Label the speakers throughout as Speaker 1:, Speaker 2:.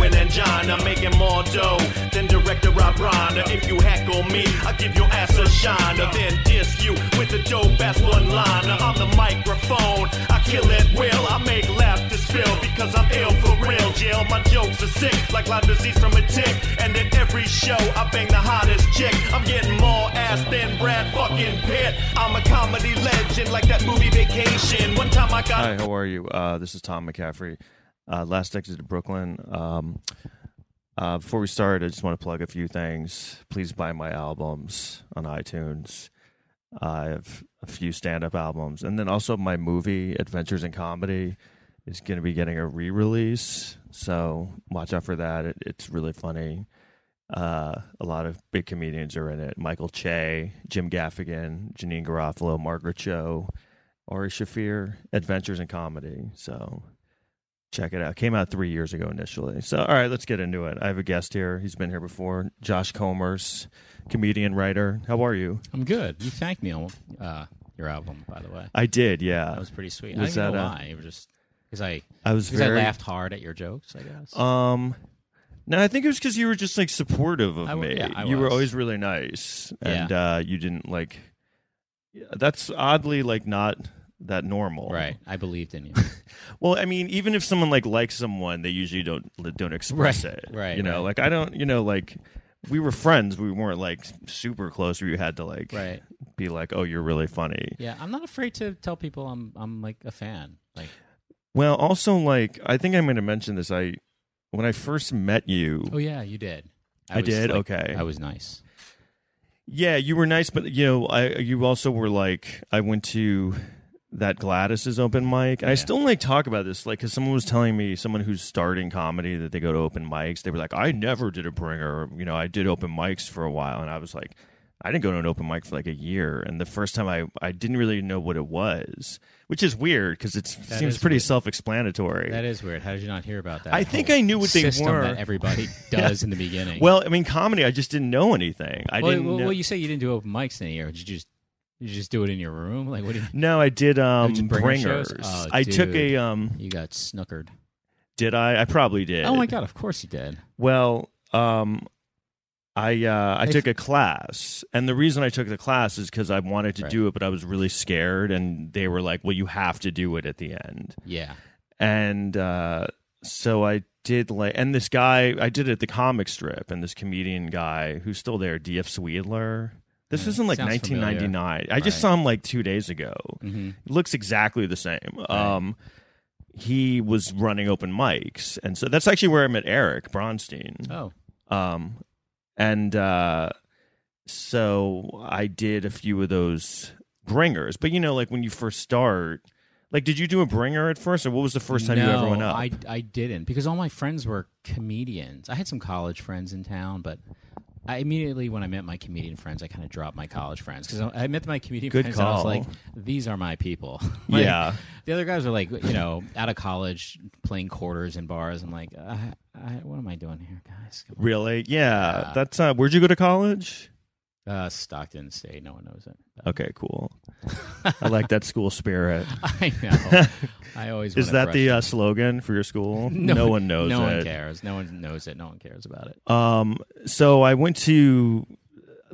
Speaker 1: mind. I'm making more dough than director Rob Reiner. If you heckle me, I give your ass a shiner. Then diss you with the dope ass one liner. On the microphone, I kill it will. I make laughter spill because I'm ill for real. Jail, my jokes are sick like Lyme disease from a tick. And at every show, I bang the hottest chick. I'm getting more ass than Brad fucking Pitt. I'm a comedy legend like that movie Vacation. One time I got.
Speaker 2: Hi, how are you? Uh, this is Tom McCaffrey. Uh, last exit to Brooklyn. Um, uh, before we start, I just want to plug a few things. Please buy my albums on iTunes. I have a few stand up albums. And then also my movie, Adventures in Comedy, is going to be getting a re release. So watch out for that. It, it's really funny. Uh, a lot of big comedians are in it Michael Che, Jim Gaffigan, Janine Garofalo, Margaret Cho, Ari Shafir, Adventures in Comedy. So check it out. Came out three years ago initially. So, all right, let's get into it. I have a guest here. He's been here before. Josh Comers, comedian, writer. How are you?
Speaker 3: I'm good. You thanked me on uh, your album, by the way.
Speaker 2: I did, yeah.
Speaker 3: That was pretty sweet.
Speaker 2: Was
Speaker 3: I
Speaker 2: that
Speaker 3: don't even know
Speaker 2: a-
Speaker 3: why. It was just because I
Speaker 2: I was
Speaker 3: because
Speaker 2: very.
Speaker 3: I laughed hard at your jokes. I guess.
Speaker 2: Um, no, I think it was because you were just like supportive of
Speaker 3: I wa-
Speaker 2: me.
Speaker 3: yeah, I
Speaker 2: you were
Speaker 3: was.
Speaker 2: always really nice, and uh, you didn't like. Yeah, That's oddly like not that normal,
Speaker 3: right. I believed in you.
Speaker 2: Well, I mean, even if someone like likes someone, they usually don't don't express
Speaker 3: Right,
Speaker 2: it,
Speaker 3: right,
Speaker 2: You know,
Speaker 3: right.
Speaker 2: like I don't, you know, like we were friends, we weren't like super close. Where you had to like
Speaker 3: right.
Speaker 2: be like, oh, you're really funny.
Speaker 3: Yeah. I'm not afraid to tell people I'm I'm like a fan. Like
Speaker 2: Well, also like I think I'm going to mention this. I when I first met you,
Speaker 3: oh yeah, you did.
Speaker 2: I,
Speaker 3: was,
Speaker 2: did
Speaker 3: like,
Speaker 2: okay.
Speaker 3: I was nice.
Speaker 2: Yeah, you were nice, but you know, I you also were like, I went to that Gladys's open mic. And I
Speaker 3: Yeah.
Speaker 2: still like talk about this, like, because someone was telling me, someone who's starting comedy, that they go to open mics. They were like, I never did a bringer. You know, I did open mics for a while, and I was like, I didn't go to an open mic for like a year. And the first time I, I didn't really know what it was, which is weird because it seems
Speaker 3: is
Speaker 2: pretty
Speaker 3: weird.
Speaker 2: self explanatory.
Speaker 3: That is weird. How did you not hear about that?
Speaker 2: I think
Speaker 3: whole
Speaker 2: I knew what they
Speaker 3: system
Speaker 2: were.
Speaker 3: That everybody does in the beginning.
Speaker 2: well, I mean, comedy, I just didn't know anything. I
Speaker 3: well,
Speaker 2: didn't
Speaker 3: well,
Speaker 2: know.
Speaker 3: well, you say you didn't do open mics in a year. Did you just did you just do it in your room? Like what? Did
Speaker 2: no, I did um,
Speaker 3: just bringer shows?
Speaker 2: bringers.
Speaker 3: Oh,
Speaker 2: I took
Speaker 3: dude.
Speaker 2: a um,
Speaker 3: you, you got snookered?
Speaker 2: Did I? I probably did.
Speaker 3: Oh my god! Of course you did.
Speaker 2: Well, um, I uh, I
Speaker 3: If-
Speaker 2: took a class, and the reason I took the class is because I wanted to
Speaker 3: Right.
Speaker 2: do it, but I was really scared, and they were like, "Well, you have to do it at the end,"
Speaker 3: Yeah.
Speaker 2: and uh, so I did. Like, and this guy, I did it at the comic strip, and this comedian guy who's still there, D.F. Swedler. This
Speaker 3: Yeah,
Speaker 2: was in like
Speaker 3: sounds
Speaker 2: 1999. I just
Speaker 3: Right.
Speaker 2: saw him like two days ago.
Speaker 3: Mm-hmm.
Speaker 2: looks exactly the same. Um, he was running open mics, and so that's actually where I met Eric Bronstein.
Speaker 3: Oh,
Speaker 2: Um, and uh, so I did a few of those bringers, but you know, like when you first start, like did you do a bringer at first, or what was the first time you ever
Speaker 3: No,
Speaker 2: went up?
Speaker 3: I I didn't because all my friends were comedians. I had some college friends in town, but I immediately when I met my comedian friends, I kind of dropped my college friends because I, I met my comedian
Speaker 2: Good
Speaker 3: friends and I was
Speaker 2: call.
Speaker 3: like, these are my people. Like,
Speaker 2: yeah,
Speaker 3: The other guys were like, you know, out of college, playing quarters in bars. I'm like, uh, I, what am I doing here, guys? Come
Speaker 2: really, yeah.
Speaker 3: Yeah.
Speaker 2: That's uh, where'd you go to college?
Speaker 3: on. Uh, Stockton State. No one knows it.
Speaker 2: Okay, cool. I like that school spirit.
Speaker 3: I know. I always
Speaker 2: Is
Speaker 3: wanna
Speaker 2: that
Speaker 3: brush
Speaker 2: the uh, slogan for your school?
Speaker 3: No
Speaker 2: one knows.
Speaker 3: no
Speaker 2: it.
Speaker 3: one cares. No one knows it. No one cares about it.
Speaker 2: Um, so I went to.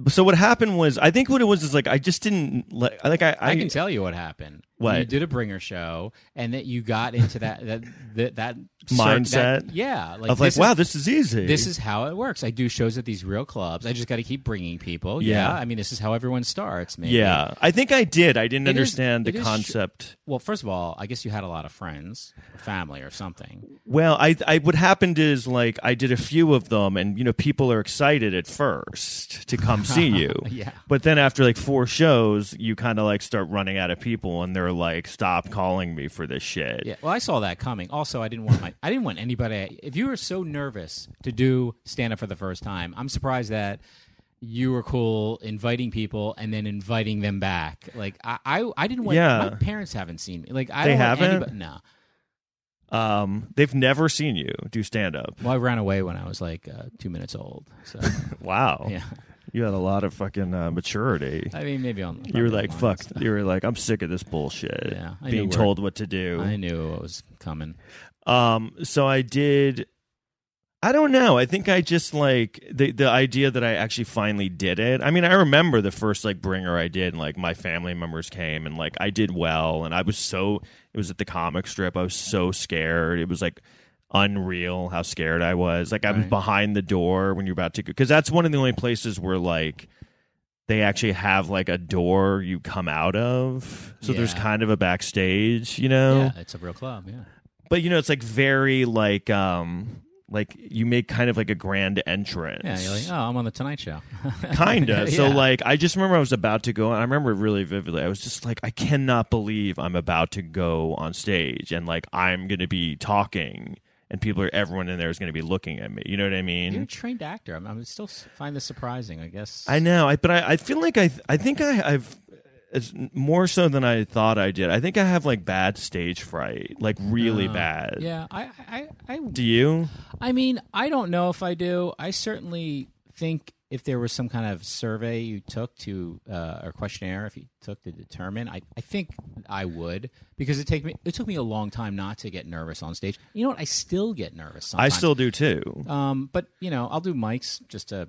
Speaker 2: So what happened was, I think what it was is like I just didn't like. Like I, I,
Speaker 3: I, can tell you what happened.
Speaker 2: What?
Speaker 3: you did a bringer show, and that you got into that that that, that cir-
Speaker 2: Mindset?
Speaker 3: that- yeah, like,
Speaker 2: of like,
Speaker 3: this is-
Speaker 2: wow, this is easy.
Speaker 3: this is how it works. I do shows at these real clubs. I just got to keep bringing people.
Speaker 2: Yeah.
Speaker 3: Yeah. I mean, this is how everyone starts. Maybe.
Speaker 2: yeah. I think I did. I didn't
Speaker 3: It is-
Speaker 2: understand
Speaker 3: it
Speaker 2: the
Speaker 3: is sh-
Speaker 2: concept.
Speaker 3: Well, first of all, I guess you had a lot of friends, family, or something.
Speaker 2: Well, I, I what happened is like I did a few of them, and you know people are excited at first to come see you.
Speaker 3: Yeah.
Speaker 2: But then after like four shows, you kind of like start running out of people, and they're like, "Stop calling me for this shit."
Speaker 3: Yeah. Well, I saw that coming. Also, I didn't want my I didn't want anybody. If you were so nervous to do stand up for the first time, I'm surprised that you were cool inviting people and then inviting them back. Like I I, I didn't want
Speaker 2: Yeah.
Speaker 3: my parents haven't seen me. Like I
Speaker 2: They
Speaker 3: don't want
Speaker 2: haven't?
Speaker 3: anybody- no.
Speaker 2: Um, they've never seen you do stand up.
Speaker 3: Well, I ran away when I was like uh, 2 minutes old. So,
Speaker 2: Wow.
Speaker 3: yeah.
Speaker 2: You had a lot of fucking uh, maturity.
Speaker 3: I mean, maybe on
Speaker 2: You were like,
Speaker 3: on-
Speaker 2: fuck. You were like, I'm sick of this bullshit.
Speaker 3: Yeah, I knew
Speaker 2: being
Speaker 3: where-
Speaker 2: told what to do.
Speaker 3: I knew what was coming.
Speaker 2: Um, so I did. I don't know. I think I just like the the idea that I actually finally did it. I mean, I remember the first like bringer I did, and like my family members came, and like I did well, and I was so it was at the comic strip. I was so scared. It was like unreal how scared I was. Like I'm
Speaker 3: Right.
Speaker 2: behind the door when you're about to go because that's one of the only places where like they actually have like a door you come out of. So there's
Speaker 3: Yeah.
Speaker 2: kind of a backstage, you know
Speaker 3: Yeah, it's a real club. Yeah.
Speaker 2: but you know it's like very like um like you make kind of like a grand entrance
Speaker 3: Yeah. You're like, oh, I'm on the Tonight Show.
Speaker 2: kinda so
Speaker 3: Yeah.
Speaker 2: like i just remember i was about to go and i remember really vividly i was just like i cannot believe i'm about to go on stage and like i'm gonna be talking and people are everyone in there is gonna be looking at me you know what i mean
Speaker 3: You're a trained actor. I'm, I'm still s- find this surprising. I guess.
Speaker 2: I know, I, but I, I feel like I, I think I, I've it's more so than I thought I did. I think I have like bad stage fright, like really
Speaker 3: Uh,
Speaker 2: bad.
Speaker 3: Yeah. I. I. I.
Speaker 2: Do you?
Speaker 3: I mean, I don't know if I do. I certainly think if there was some kind of survey you took to uh, or questionnaire if you took to determine, I, I think I would because it take me it took me a long time not to get nervous on stage. You know what? I still get nervous.
Speaker 2: I
Speaker 3: Sometimes.
Speaker 2: still do too.
Speaker 3: Um, but you know, I'll do mics just to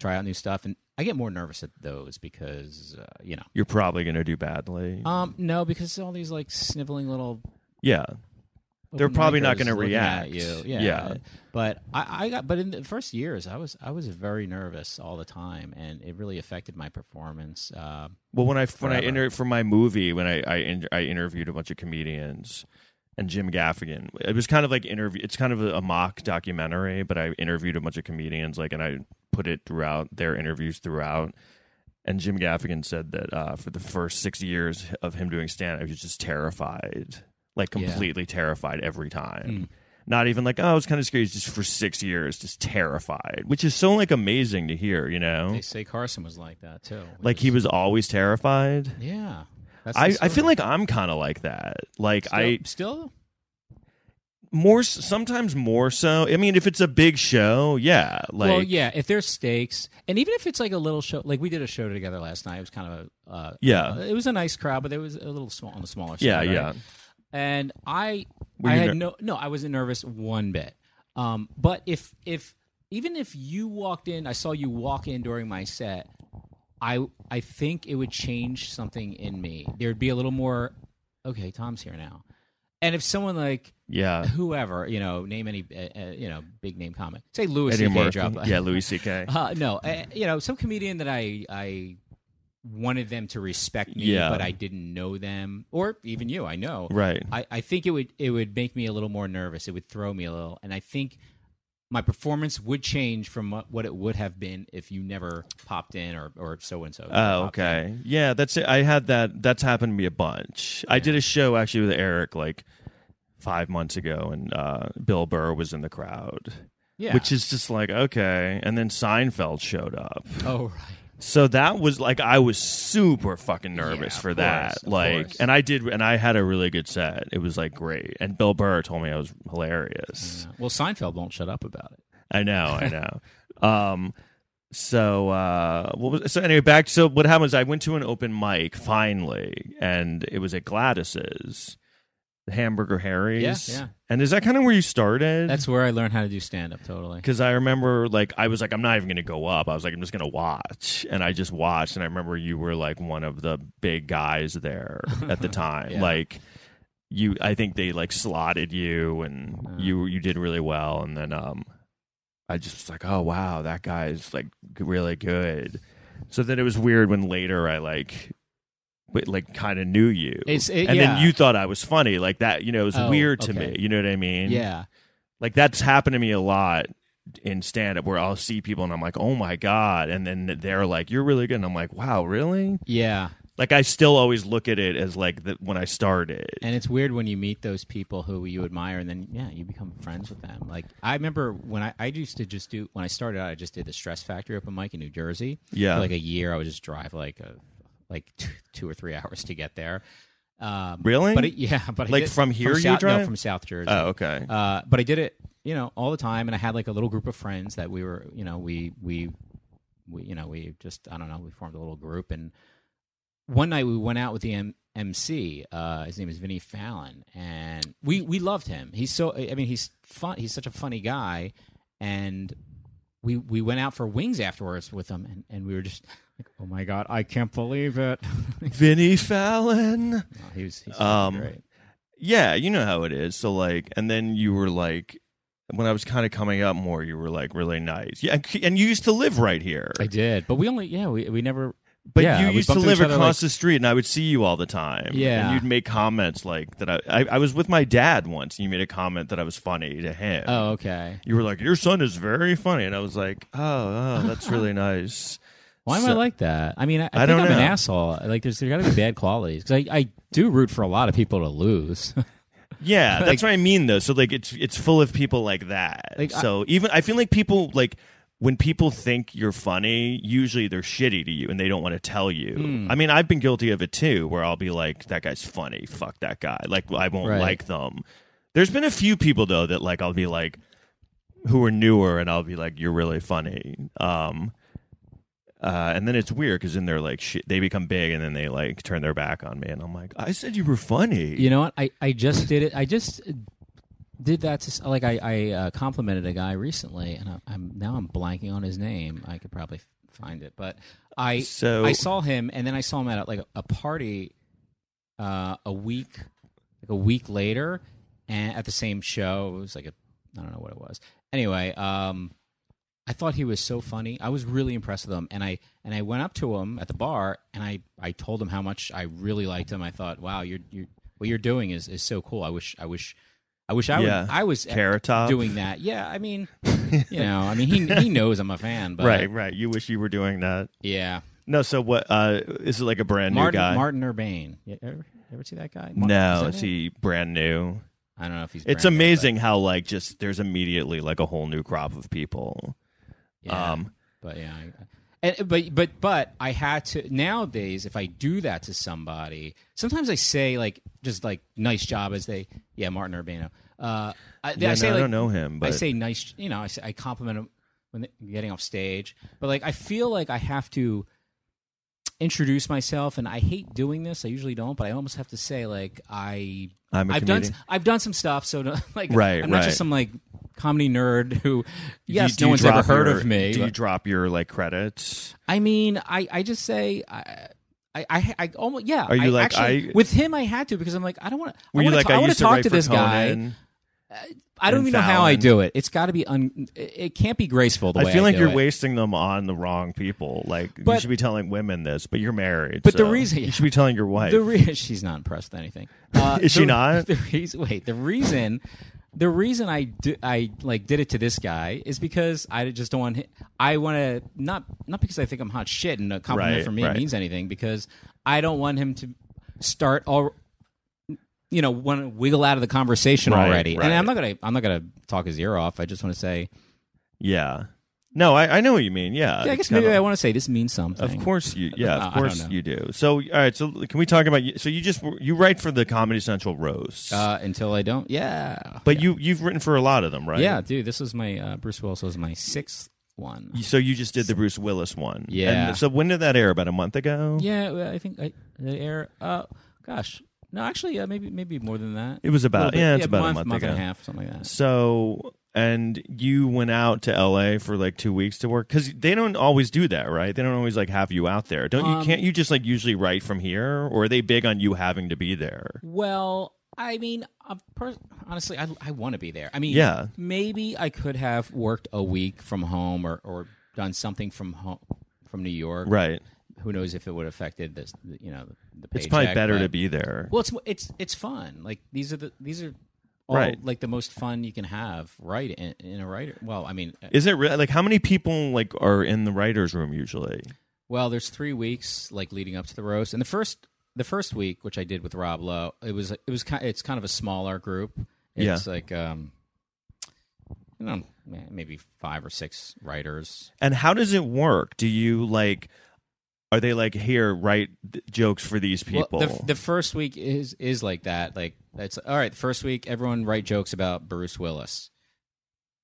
Speaker 3: try out new stuff, and I get more nervous at those because uh, you know.
Speaker 2: You're probably gonna do badly.
Speaker 3: Um, no, because all these like sniveling little
Speaker 2: Yeah. They're
Speaker 3: open
Speaker 2: probably not
Speaker 3: micers
Speaker 2: gonna
Speaker 3: looking at
Speaker 2: react.
Speaker 3: you. Yeah.
Speaker 2: Yeah.
Speaker 3: But I, I got but in the first years I was I was very nervous all the time and it really affected my performance. Uh,
Speaker 2: Well, when I when I
Speaker 3: Forever.
Speaker 2: inter- for my movie when I I, in- I interviewed a bunch of comedians and Jim Gaffigan, it was kind of like interview. It's kind of a, a mock documentary, but I interviewed a bunch of comedians like, and I put it throughout their interviews throughout. And Jim Gaffigan said that uh, for the first six years of him doing stand up, he was just terrified, like
Speaker 3: Yeah. Hmm.
Speaker 2: completely terrified every time. Not even like, oh, it's kind of scary. It's just for six years, just terrified, which is so like amazing to hear, you know?
Speaker 3: they say Carson was like that too. which
Speaker 2: Oh. Like he
Speaker 3: is-
Speaker 2: was always terrified.
Speaker 3: Yeah. That's the
Speaker 2: I, I feel
Speaker 3: story.
Speaker 2: like I'm kind of like that. Like
Speaker 3: still,
Speaker 2: I
Speaker 3: still
Speaker 2: more s- sometimes more so. I mean, if it's a big show, yeah. Like
Speaker 3: well, yeah. If there's stakes, and even if it's like a little show, like we did a show together last night. It was kind of a uh,
Speaker 2: Yeah.
Speaker 3: It was a nice crowd, but it was a little small on the smaller side.
Speaker 2: yeah,
Speaker 3: right?
Speaker 2: yeah.
Speaker 3: And I,
Speaker 2: Were
Speaker 3: I
Speaker 2: you
Speaker 3: had
Speaker 2: ner-
Speaker 3: no, no, I wasn't nervous one bit. Um, but if if even if you walked in, I saw you walk in during my set. I I think it would change something in me. There'd be a little more. Okay, Tom's here now. And if someone like
Speaker 2: yeah,
Speaker 3: whoever you know, name any uh, uh, you know big name comic, say Louis
Speaker 2: Eddie
Speaker 3: C.K.
Speaker 2: Murphy.
Speaker 3: drop,
Speaker 2: Yeah, Louis C.K.
Speaker 3: uh, no, uh, you know, some comedian that I I wanted them to respect me,
Speaker 2: Yeah.
Speaker 3: but I didn't know them, or even you. I know,
Speaker 2: right.
Speaker 3: I, I think it would it would make me a little more nervous. It would throw me a little, and I think my performance would change from what, what it would have been if you never popped in or or so and so.
Speaker 2: Oh, okay. Yeah, that's it. I had that. That's happened to me a bunch. I did a show actually with Eric like five months ago, and uh, Bill Burr was in the crowd,
Speaker 3: Yeah.
Speaker 2: which is just like okay. And then Seinfeld showed up.
Speaker 3: oh right.
Speaker 2: So that was like I was super fucking
Speaker 3: Yeah,
Speaker 2: nervous
Speaker 3: of
Speaker 2: for
Speaker 3: course,
Speaker 2: that.
Speaker 3: of
Speaker 2: like
Speaker 3: course.
Speaker 2: and I did and I had a really good set. It was like great. And Bill Burr told me I was hilarious.
Speaker 3: Yeah. Well, Seinfeld won't shut up about it.
Speaker 2: I know, I know. um so uh what was so anyway back so what happened was I went to an open mic finally and it was at Gladys's the hamburger Harry's.
Speaker 3: yeah.
Speaker 2: And is that kind of where you started?
Speaker 3: That's where I learned how to do stand up. Totally.
Speaker 2: because I remember like I was like I'm not even gonna go up. I was like I'm just gonna watch, and I just watched, and I remember you were like one of the big guys there at the time,
Speaker 3: Yeah.
Speaker 2: like. You, I think they like slotted you, and you you did really well. And then, um, I just was like, oh wow, that guy's like really good. So then it was weird when later I like, w- like kind of knew you,
Speaker 3: It's it,
Speaker 2: and
Speaker 3: yeah.
Speaker 2: then you thought I was funny, like that. You know, it was
Speaker 3: Oh,
Speaker 2: weird to
Speaker 3: okay.
Speaker 2: me. You know what I mean?
Speaker 3: Yeah.
Speaker 2: like that's happened to me a lot in stand up where I'll see people and I'm like, "Oh my god." And then they're like, "You're really good." And I'm like, "Wow, really?"
Speaker 3: Yeah.
Speaker 2: Like I still always look at it as like the, when I started.
Speaker 3: And it's weird when you meet those people who you admire, and then yeah, you become friends with them. Like I remember when I, I used to just do when I started out, I just did the Stress Factory open mic in New Jersey.
Speaker 2: Yeah.
Speaker 3: for like a year, I would just drive like a, like two, two or three hours to get there. Um,
Speaker 2: Really?
Speaker 3: But it, yeah, but I
Speaker 2: Like,
Speaker 3: did-
Speaker 2: from here you
Speaker 3: South,
Speaker 2: drive?
Speaker 3: No, from South Jersey.
Speaker 2: oh, okay.
Speaker 3: Uh, but I did it, you know, all the time, and I had like a little group of friends that we were, you know, we we we, you know, we just I don't know, we formed a little group, and one night we went out with the M- MC. Uh, his name is Vinny Fallon, and we we loved him. He's so I mean he's fun. He's such a funny guy, and we we went out for wings afterwards with them, and, and we were just like, oh my god, I can't believe it.
Speaker 2: Vinny Fallon.
Speaker 3: No, he was, he's
Speaker 2: Um,
Speaker 3: great.
Speaker 2: Yeah, you know how it is. So like, and then you were like, when I was kind of coming up more, you were like really nice. Yeah, and- and you used to live right here,
Speaker 3: I did, but we only yeah we we never
Speaker 2: but
Speaker 3: yeah,
Speaker 2: you
Speaker 3: we
Speaker 2: used to
Speaker 3: bumped into
Speaker 2: live
Speaker 3: each other,
Speaker 2: across
Speaker 3: like-
Speaker 2: the street, and I would see you all the time.
Speaker 3: Yeah.
Speaker 2: and you'd make comments like that. I, I I was with my dad once, and you made a comment that I was funny to him.
Speaker 3: oh okay
Speaker 2: You were like, "Your son is very funny," and I was like, "Oh, oh that's really nice."
Speaker 3: Why am I
Speaker 2: So-
Speaker 3: like that? I mean, I, I,
Speaker 2: I
Speaker 3: think
Speaker 2: don't
Speaker 3: I'm an
Speaker 2: know.
Speaker 3: asshole. Like, there's there got to be bad qualities because I, I do root for a lot of people to lose.
Speaker 2: Yeah, that's what I mean though. So like it's it's full of people like that.
Speaker 3: Like, I-
Speaker 2: so even I feel like people like when people think you're funny, usually they're shitty to you and they don't want to tell you.
Speaker 3: Hmm.
Speaker 2: I mean, I've been guilty of it too, where I'll be like, "That guy's funny. Fuck that guy." Like I won't
Speaker 3: Right.
Speaker 2: like them. There's been a few people though that like I'll be like, who are newer, and I'll be like, "You're really funny." Um, uh, and then it's weird because then they're like, shit, they become big, and then they like turn their back on me, and I'm like, "I said you were funny."
Speaker 3: you know what? I, I just did it. I just did that to s- like I I uh, complimented a guy recently, and I, I'm now I'm blanking on his name. I could probably f- find it, but I
Speaker 2: So-
Speaker 3: I saw him, and then I saw him at like a, a party uh, a week like a week later, and at the same show. It was like a I don't know what it was. Anyway, um, I thought he was so funny. I was really impressed with him, and I and I went up to him at the bar, and I I told him how much I really liked him. I thought, wow, you're you what you're doing is is so cool. I wish I wish I wish I
Speaker 2: Yeah.
Speaker 3: would I was
Speaker 2: Carrot Top.
Speaker 3: doing that. Yeah, I mean, you know, I mean, he he knows I'm a fan, but
Speaker 2: right, right. You wish you were doing that.
Speaker 3: Yeah,
Speaker 2: No, so what? Uh, is it like a brand
Speaker 3: Martin
Speaker 2: new guy?
Speaker 3: Martin Urbane. You ever, ever see that guy? Mar-
Speaker 2: no,
Speaker 3: is
Speaker 2: is
Speaker 3: that it?
Speaker 2: he brand new?
Speaker 3: I don't know if he's.
Speaker 2: It's
Speaker 3: brand new, but-
Speaker 2: amazing how like just there's immediately like a whole new crop of people.
Speaker 3: Yeah.
Speaker 2: Um,
Speaker 3: but yeah, I, and, but but but I had to nowadays. If I do that to somebody, sometimes I say like just like nice job as they yeah Martin Urbano. Uh, I,
Speaker 2: Yeah,
Speaker 3: I say
Speaker 2: no, I
Speaker 3: like,
Speaker 2: don't know him,
Speaker 3: I
Speaker 2: but-
Speaker 3: say nice. You know, I say, I compliment them when they- getting off stage, but like I feel like I have to introduce myself, and I hate doing this. I usually don't, but I almost have to say like I.
Speaker 2: I'm a
Speaker 3: I've done
Speaker 2: comedian.
Speaker 3: s- I've done some stuff, so no- like
Speaker 2: Right,
Speaker 3: I'm not
Speaker 2: right.
Speaker 3: just some like comedy nerd who
Speaker 2: do-
Speaker 3: yes,
Speaker 2: do
Speaker 3: no
Speaker 2: you
Speaker 3: one's ever
Speaker 2: drop
Speaker 3: heard
Speaker 2: your-
Speaker 3: of me.
Speaker 2: Do
Speaker 3: but-
Speaker 2: you drop your like credits?
Speaker 3: I mean, I, I just say I I I, I almost yeah.
Speaker 2: Are you
Speaker 3: I
Speaker 2: like,
Speaker 3: actually,
Speaker 2: I-
Speaker 3: with him? I had to because I'm like I don't want to.
Speaker 2: Were
Speaker 3: I
Speaker 2: you
Speaker 3: want
Speaker 2: like
Speaker 3: to. I want
Speaker 2: used
Speaker 3: to talk
Speaker 2: write
Speaker 3: to
Speaker 2: for
Speaker 3: this guy.
Speaker 2: Conan"?
Speaker 3: I don't
Speaker 2: and
Speaker 3: even know how I
Speaker 2: Fallon?
Speaker 3: do it. It's got to be un. It, it can't be graceful. The way
Speaker 2: I feel like
Speaker 3: do
Speaker 2: you're
Speaker 3: it.
Speaker 2: wasting them on the wrong people. Like you
Speaker 3: But-
Speaker 2: should be telling women this, but you're married.
Speaker 3: But the
Speaker 2: so
Speaker 3: reason-
Speaker 2: you should be telling your wife.
Speaker 3: The re- she's not impressed with anything. Uh,
Speaker 2: Is she
Speaker 3: the-
Speaker 2: not?
Speaker 3: The reason, wait, the reason, the reason I do, I like did it to this guy is because I just don't want. hi- I want to not not because I think I'm hot shit and a compliment
Speaker 2: Right,
Speaker 3: for me
Speaker 2: right.
Speaker 3: means anything because I don't want him to start all. You know, want to wiggle out of the conversation
Speaker 2: Right,
Speaker 3: already,
Speaker 2: right.
Speaker 3: and I'm not gonna. I'm not gonna talk his ear off. I just want to say.
Speaker 2: yeah. No, I, I know what you mean. Yeah.
Speaker 3: Yeah, I
Speaker 2: It's
Speaker 3: guess maybe
Speaker 2: kinda-
Speaker 3: I want to say this means something.
Speaker 2: Of course you, yeah,
Speaker 3: Uh, I
Speaker 2: of
Speaker 3: don't
Speaker 2: course
Speaker 3: know.
Speaker 2: you do. So, all right, so can we talk about? So you just you write for the Comedy Central roast,
Speaker 3: Uh, until I don't. Yeah.
Speaker 2: but you you've written for a lot of them, right?
Speaker 3: Yeah, dude, this was my uh, Bruce Willis was my sixth one.
Speaker 2: So you just did the Bruce Willis one,
Speaker 3: Yeah.
Speaker 2: And so when did that air? About a month ago.
Speaker 3: Yeah, well, I think I, the air. Uh, gosh, no, actually, uh, maybe maybe more than that.
Speaker 2: It was
Speaker 3: A little
Speaker 2: about
Speaker 3: bit.
Speaker 2: yeah, it's about
Speaker 3: month,
Speaker 2: a month,
Speaker 3: month
Speaker 2: ago.
Speaker 3: and a half, something like that.
Speaker 2: So and you went out to L.A. for like two weeks to work because they don't always do that, right? They don't always like have you out there. Don't
Speaker 3: Um,
Speaker 2: you? Can't you just like usually write from here, or are they big on you having to be there?
Speaker 3: Well, I mean, a per- honestly, I, I want to be there. I mean,
Speaker 2: Yeah.
Speaker 3: maybe I could have worked a week from home or, or done something from home from New York.
Speaker 2: Right.
Speaker 3: Who knows if it would have affected this? You know, the
Speaker 2: It's probably
Speaker 3: paycheck,
Speaker 2: better
Speaker 3: but-
Speaker 2: to be there.
Speaker 3: Well, it's it's it's fun. Like these are the these are. All,
Speaker 2: Right.
Speaker 3: like the most fun you can have, right? In, in a writer, well, I mean,
Speaker 2: Is it really like how many people like are in the writers' room usually?
Speaker 3: Well, there's three weeks like leading up to the roast, and the first the first week, which I did with Rob Lowe, it was it was kind it's kind of a smaller group. It's like um, you know, ma- maybe five or six writers.
Speaker 2: And how does it work? Do you like are they like here write th- jokes for these
Speaker 3: Well,
Speaker 2: people?
Speaker 3: the, the first week is is like that. Like that's all right. The first week, everyone write jokes about Bruce Willis.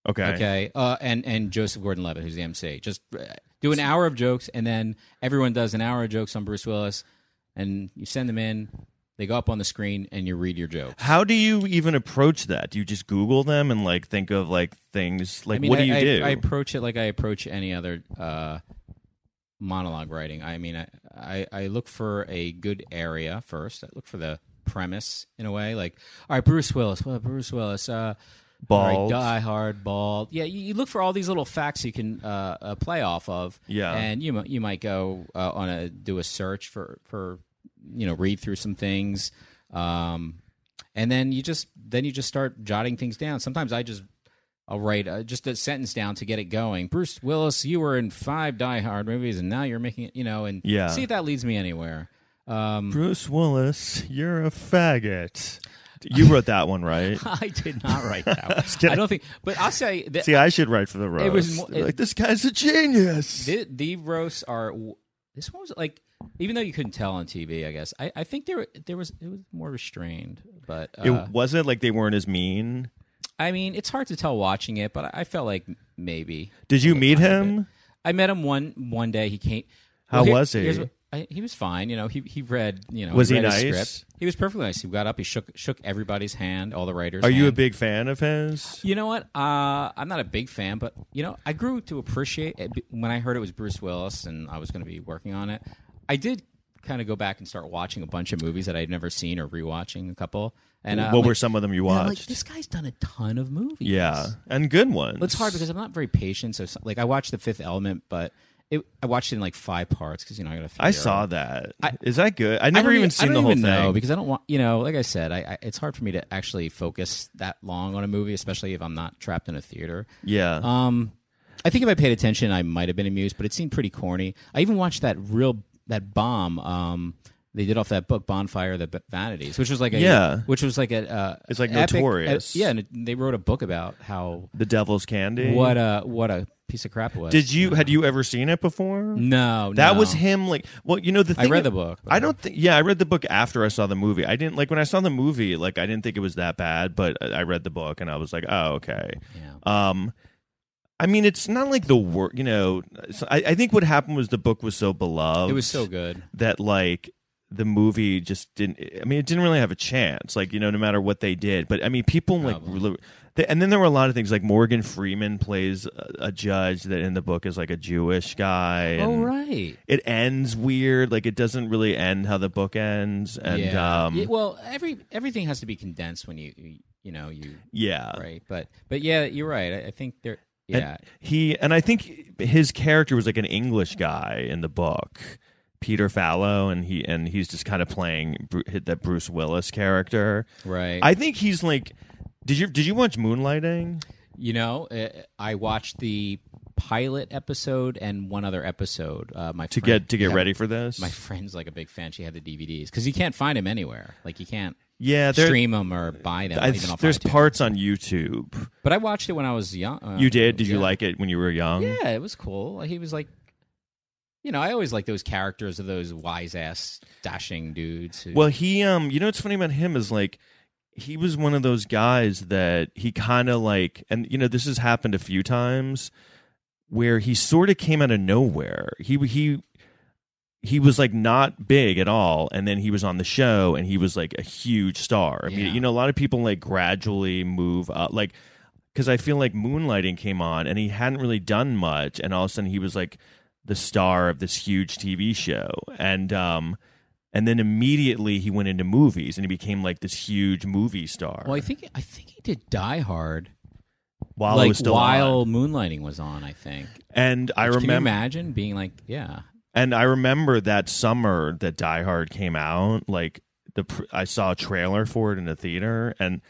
Speaker 2: okay.
Speaker 3: Okay, uh, and and Joseph Gordon-Levitt, who's the MC, just uh, do an hour of jokes, and then everyone does an hour of jokes on Bruce Willis, and you send them in, They go up on the screen and you read your joke.
Speaker 2: How do you even approach that? Do you just Google them and like think of like things like
Speaker 3: I mean,
Speaker 2: what
Speaker 3: I,
Speaker 2: do you
Speaker 3: I-
Speaker 2: do?
Speaker 3: I approach it like I approach any other uh, monologue writing. I mean, I, I I look for a good area first. I look for the premise in a way. Like, all right, Bruce Willis. Well, Bruce Willis. Uh, all right,
Speaker 2: Bald.
Speaker 3: die hard, bald. Yeah, you, you look for all these little facts you can uh, uh, play off of.
Speaker 2: Yeah.
Speaker 3: and you mi- you might go uh, on a do a search for for you know read through some things. Um, and then you just then you just start jotting things down. Sometimes I just I'll write uh, just a sentence down to get it going. Bruce Willis, you were in five Die Hard movies, and now you're making it. You know, and
Speaker 2: Yeah.
Speaker 3: see if that leads me anywhere. Um,
Speaker 2: Bruce Willis, you're a faggot. You wrote that one, right?
Speaker 3: I did not write that. one. I don't think, but I'll say that
Speaker 2: See, I should write for the roast.
Speaker 3: It was mo-
Speaker 2: They're
Speaker 3: it-
Speaker 2: like this guy's a genius.
Speaker 3: the, the roasts are. This one was like, even though you couldn't tell on TV, I guess I, I think there were- there was it was more restrained. But uh,
Speaker 2: it wasn't like they weren't as mean.
Speaker 3: I mean, it's hard to tell watching it, but I, I felt like maybe
Speaker 2: Did you meet him?
Speaker 3: I met him one one day. He came.
Speaker 2: How was he?
Speaker 3: here's what- I, he was fine. You know, he he read. You know,
Speaker 2: Was he
Speaker 3: read his
Speaker 2: nice?
Speaker 3: script. He was perfectly nice. He got up. He shook shook everybody's hand, all the writers.
Speaker 2: Are you a
Speaker 3: hand.
Speaker 2: big fan of his?
Speaker 3: You know what? Uh, I'm not a big fan, but you know, I grew to appreciate it b- when I heard it was Bruce Willis and I was going to be working on it. I did kind of go back and start watching a bunch of movies that I'd never seen or rewatching a couple. And uh,
Speaker 2: what
Speaker 3: I'm
Speaker 2: were
Speaker 3: like,
Speaker 2: some of them you
Speaker 3: "Man, I'm like,
Speaker 2: watched?
Speaker 3: this guy's done a ton of movies.
Speaker 2: yeah, and good ones.
Speaker 3: But it's hard because I'm not very patient. So, so- like, I watched The Fifth Element, but it, I watched it in like five parts because you know I got to.
Speaker 2: I saw that. Is that good? I
Speaker 3: I
Speaker 2: never
Speaker 3: don't e-,
Speaker 2: even
Speaker 3: I
Speaker 2: seen
Speaker 3: don't
Speaker 2: the whole
Speaker 3: even
Speaker 2: thing.
Speaker 3: know because I don't want you know. Like I said, I, I it's hard for me to actually focus that long on a movie, especially if I'm not trapped in a theater.
Speaker 2: yeah,
Speaker 3: Um, I think if I paid attention, I might have been amused, but it seemed pretty corny. I even watched that real that bomb. Um, they did off that book Bonfire of the B- Vanities, which was like a
Speaker 2: Yeah.
Speaker 3: which was like a uh,
Speaker 2: It's like
Speaker 3: epic-
Speaker 2: notorious.
Speaker 3: uh, yeah, and it- they wrote a book about how
Speaker 2: the Devil's Candy.
Speaker 3: what a what a piece of crap it was.
Speaker 2: Did you had you ever seen it before?
Speaker 3: No,
Speaker 2: That
Speaker 3: no.
Speaker 2: was him. Like, well, you know, the
Speaker 3: I
Speaker 2: thing
Speaker 3: read the book, but-
Speaker 2: I don't think. Yeah, I read the book after I saw the movie. I didn't like when I saw the movie. Like, I didn't think it was that bad, but I I read the book and I was like, oh, okay.
Speaker 3: Yeah.
Speaker 2: Um, I mean, it's not like the work. You know, so I, I think what happened was the book was so beloved.
Speaker 3: It was so good.
Speaker 2: that like the movie just didn't i mean it didn't really have a chance like you know no matter what they did but i mean people like really, they, and then there were a lot of things like morgan freeman plays a, a judge that in the book is like a jewish guy
Speaker 3: Oh
Speaker 2: and
Speaker 3: right.
Speaker 2: it ends weird like it doesn't really end how the book ends and
Speaker 3: yeah.
Speaker 2: um
Speaker 3: Yeah, well, every everything has to be condensed when you you, you know you
Speaker 2: yeah
Speaker 3: right, but but yeah, you're right. I, I think there. Yeah,
Speaker 2: And he and I think his character was like an English guy in the book, Peter Fallow, and he and he's just kind of playing Bru- hit that Bruce Willis character.
Speaker 3: Right.
Speaker 2: I think he's like. Did you did you watch Moonlighting?
Speaker 3: You know, uh, I watched the pilot episode and one other episode. Uh, my
Speaker 2: To get to get ready for this?
Speaker 3: My friend's like a big fan. She had the DVDs because you can't find them anywhere. Like you can't
Speaker 2: yeah, there,
Speaker 3: stream them or buy them.
Speaker 2: I,
Speaker 3: even off
Speaker 2: there's
Speaker 3: iTunes.
Speaker 2: parts on YouTube.
Speaker 3: But I watched it when I was young. uh,
Speaker 2: You did? Did you
Speaker 3: yeah.
Speaker 2: like it when you were young?
Speaker 3: Yeah, it was cool. He was like, you know, I always like those characters of those wise ass dashing dudes. Who,
Speaker 2: Well, he um, you know what's funny about him is like he was one of those guys that he kind of like, and you know this has happened a few times where he sort of came out of nowhere. He he he was like not big at all, and then he was on the show and he was like a huge star. I
Speaker 3: Yeah.
Speaker 2: mean, you know, a lot of people like gradually move up, like. Because I feel like Moonlighting came on and he hadn't really done much, and all of a sudden he was like the star of this huge TV show, and um, and then immediately he went into movies and he became like this huge movie star
Speaker 3: well, I think I think he did Die Hard.
Speaker 2: while it
Speaker 3: like
Speaker 2: was still
Speaker 3: while
Speaker 2: on.
Speaker 3: moonlighting was on, I think.
Speaker 2: And I
Speaker 3: Can you
Speaker 2: remember,
Speaker 3: imagine being like, yeah,
Speaker 2: and I remember that summer that Die Hard came out. Like the, pr- I saw a trailer for it in the theater, and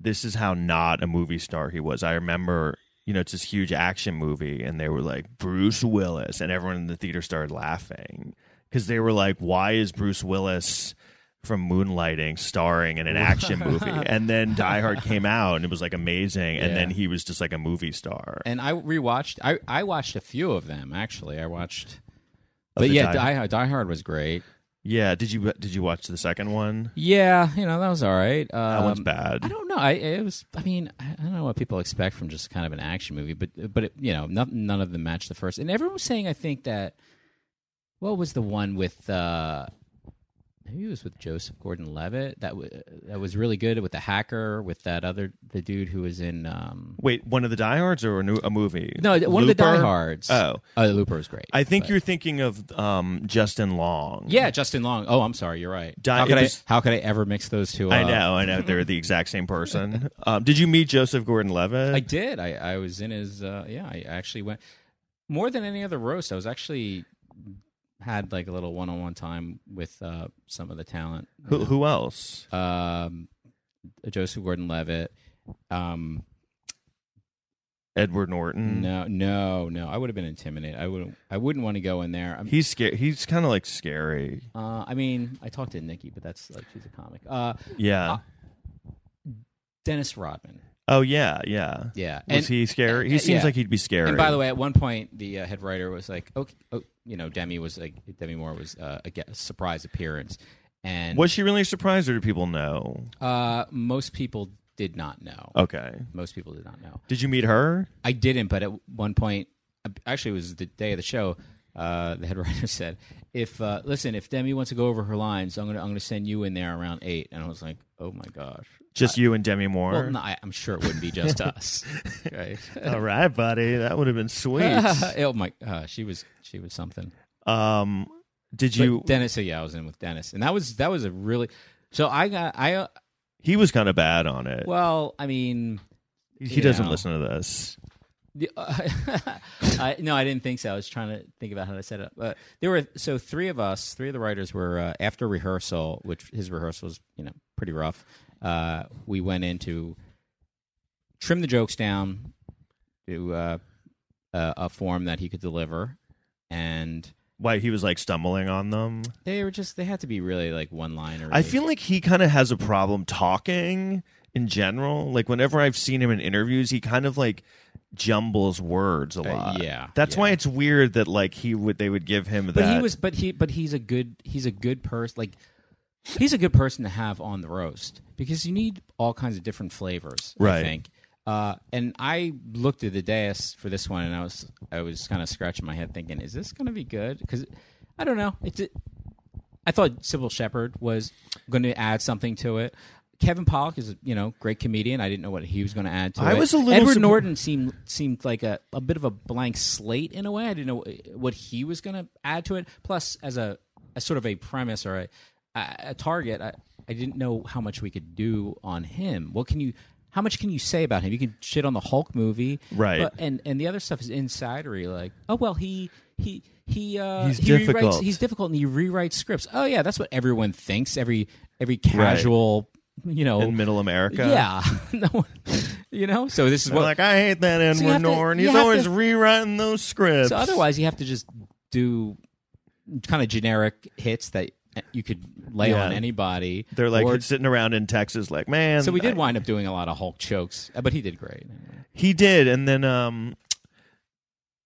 Speaker 2: this is how not a movie star he was. I remember, you know, it's this huge action movie, and they were like Bruce Willis, and everyone in the theater started laughing because they were like, "Why is Bruce Willis?" From Moonlighting, starring in an action movie, and then Die Hard came out, and it was like amazing, and
Speaker 3: Yeah.
Speaker 2: then he was just like a movie star.
Speaker 3: and I rewatched. I I watched a few of them actually. I watched,
Speaker 2: Of
Speaker 3: but
Speaker 2: the Die-
Speaker 3: yeah, Die, Hard, Die Hard was great.
Speaker 2: Yeah, did you did you watch the second one?
Speaker 3: Yeah, you know that was all right. Um,
Speaker 2: That one's bad.
Speaker 3: I don't know. I it was. I mean, I I don't know what people expect from just kind of an action movie, but but it, you know, not, none of them matched the first. And everyone was saying, I think that what was the one with uh, maybe it was with Joseph Gordon-Levitt that was that was really good with the hacker with that other the dude who was in um
Speaker 2: Wait, one of the diehards or a, new, a movie?
Speaker 3: no one of the
Speaker 2: Looper?
Speaker 3: diehards
Speaker 2: Oh,
Speaker 3: oh the Looper was great
Speaker 2: I think
Speaker 3: but-
Speaker 2: you're thinking of um, Justin Long.
Speaker 3: yeah Justin Long oh I'm sorry you're right
Speaker 2: Di-
Speaker 3: how could
Speaker 2: it
Speaker 3: I
Speaker 2: was-
Speaker 3: how could I ever mix those two
Speaker 2: I
Speaker 3: up?
Speaker 2: know, I know. They're the exact same person. Um, did you meet Joseph Gordon-Levitt?
Speaker 3: I did. I, I was in his. Uh, yeah, I actually went more than any other roast. I was actually had like a little one-on-one time with uh, some of the talent.
Speaker 2: who, who else?
Speaker 3: Um, Joseph Gordon-Levitt. Um,
Speaker 2: Edward Norton.
Speaker 3: No, no, no. I would have been intimidated. I wouldn't. I wouldn't want to go in there. I'm,
Speaker 2: He's scary. He's kind of like scary.
Speaker 3: uh, I mean, I talked to Nikki, but that's like she's a comic. Uh,
Speaker 2: Yeah.
Speaker 3: Uh, Dennis Rodman.
Speaker 2: oh yeah, yeah.
Speaker 3: Yeah,
Speaker 2: Was
Speaker 3: and,
Speaker 2: he scary? He
Speaker 3: uh,
Speaker 2: seems
Speaker 3: yeah.
Speaker 2: like he'd be scary.
Speaker 3: And by the way, at one point, the uh, head writer was like, "Okay, oh, you know, Demi was like, Demi Moore was uh, a ge- surprise appearance," and
Speaker 2: was she really surprised, or do people know?
Speaker 3: uh, most people did not know.
Speaker 2: Okay.
Speaker 3: Most people did not know.
Speaker 2: Did you meet her?
Speaker 3: I didn't, but at one point, actually, it was the day of the show. Uh, the head writer said, "If uh, listen, if Demi wants to go over her lines, I'm gonna I'm gonna send you in there around eight. And I was like, "Oh my gosh!"
Speaker 2: Just you and Demi Moore.
Speaker 3: Uh, Well, no, I, I'm sure it wouldn't be just us, right?
Speaker 2: All right, buddy. That would have been sweet.
Speaker 3: oh my, uh, she was she was something.
Speaker 2: um, did
Speaker 3: But
Speaker 2: you?
Speaker 3: Dennis. So yeah, I was in with Dennis, and that was that was a really. So I got I uh,
Speaker 2: he was kind of bad on it.
Speaker 3: well, I mean,
Speaker 2: he
Speaker 3: you
Speaker 2: doesn't
Speaker 3: know.
Speaker 2: listen to this.
Speaker 3: the- uh, I, no, I didn't think so. I was trying to think about how to set it up. But there were so three of us, three of the writers were uh, after rehearsal, which his rehearsal was you know pretty rough. Uh, we went in to trim the jokes down to uh, uh, a form that he could deliver, and
Speaker 2: Why he was like stumbling on them.
Speaker 3: they were just they had to be really like one liner.
Speaker 2: I feel like he kind of has a problem talking in general. Like whenever I've seen him in interviews, he kind of like jumbles words a
Speaker 3: Uh,
Speaker 2: lot.
Speaker 3: yeah,
Speaker 2: that's
Speaker 3: yeah.
Speaker 2: why it's weird that like he would they would give him that.
Speaker 3: But he was, but he, but he's a good, he's a good person. Like he's a good person to have on the roast because you need all kinds of different flavors.
Speaker 2: Right.
Speaker 3: I think. Uh, and I looked at the dais for this one, and I was, I was kind of scratching my head, thinking, "Is this going to be good?" Because I don't know. It's, I thought Sybil Shepherd was going to add something to it. Kevin Pollak is, a, you know, great comedian. I didn't know what he was going to add to
Speaker 2: I
Speaker 3: it.
Speaker 2: was a little
Speaker 3: Edward
Speaker 2: surpri-
Speaker 3: Norton seemed seemed like a, a bit of a blank slate in a way. I didn't know what he was going to add to it. Plus, as a, a sort of a premise or a, a, a target, I, I didn't know how much we could do on him. What can you? How much can you say about him? You can shit on the Hulk movie,
Speaker 2: Right.
Speaker 3: But, and and the other stuff is insidery. Like, oh well, he he he uh,
Speaker 2: He's
Speaker 3: he
Speaker 2: difficult.
Speaker 3: Rewrites, he's difficult and you rewrite scripts. Oh yeah, that's what everyone thinks. Every every casual, you know,
Speaker 2: in Middle America.
Speaker 3: yeah, no one, you know. So this is
Speaker 2: They're
Speaker 3: what.
Speaker 2: like I hate that
Speaker 3: So you
Speaker 2: Edward
Speaker 3: have to-
Speaker 2: Norton.
Speaker 3: you
Speaker 2: He's
Speaker 3: have
Speaker 2: always
Speaker 3: to-
Speaker 2: rewriting those scripts.
Speaker 3: so otherwise, you have to just do kind of generic hits that you could lay
Speaker 2: Yeah.
Speaker 3: on anybody.
Speaker 2: they're like
Speaker 3: Or-
Speaker 2: sitting around in Texas, like man.
Speaker 3: so we did
Speaker 2: I-
Speaker 3: wind up doing a lot of Hulk chokes, uh, but he did great.
Speaker 2: He did, and then um,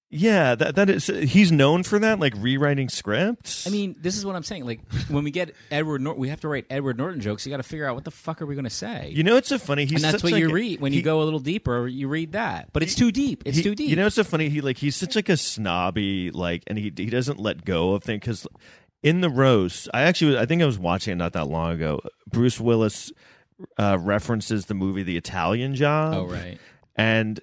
Speaker 2: yeah, that that is he's known for that, like rewriting scripts.
Speaker 3: I mean, this is what I'm saying. Like when we get Edward, Norton, we have to write Edward Norton jokes. You got to figure out what the fuck are we going to say.
Speaker 2: you know, it's so funny. He's
Speaker 3: and that's
Speaker 2: such,
Speaker 3: what
Speaker 2: like,
Speaker 3: you
Speaker 2: a-
Speaker 3: read when you
Speaker 2: he-
Speaker 3: go a little deeper. You read that, but it's too deep. It's
Speaker 2: He-
Speaker 3: too deep.
Speaker 2: You know, it's so funny. He like he's such like a snobby like, and he he doesn't let go of things because in the roast, I actually was- I think I was watching it not that long ago. Bruce Willis uh, references the movie The Italian Job.
Speaker 3: Oh right.
Speaker 2: and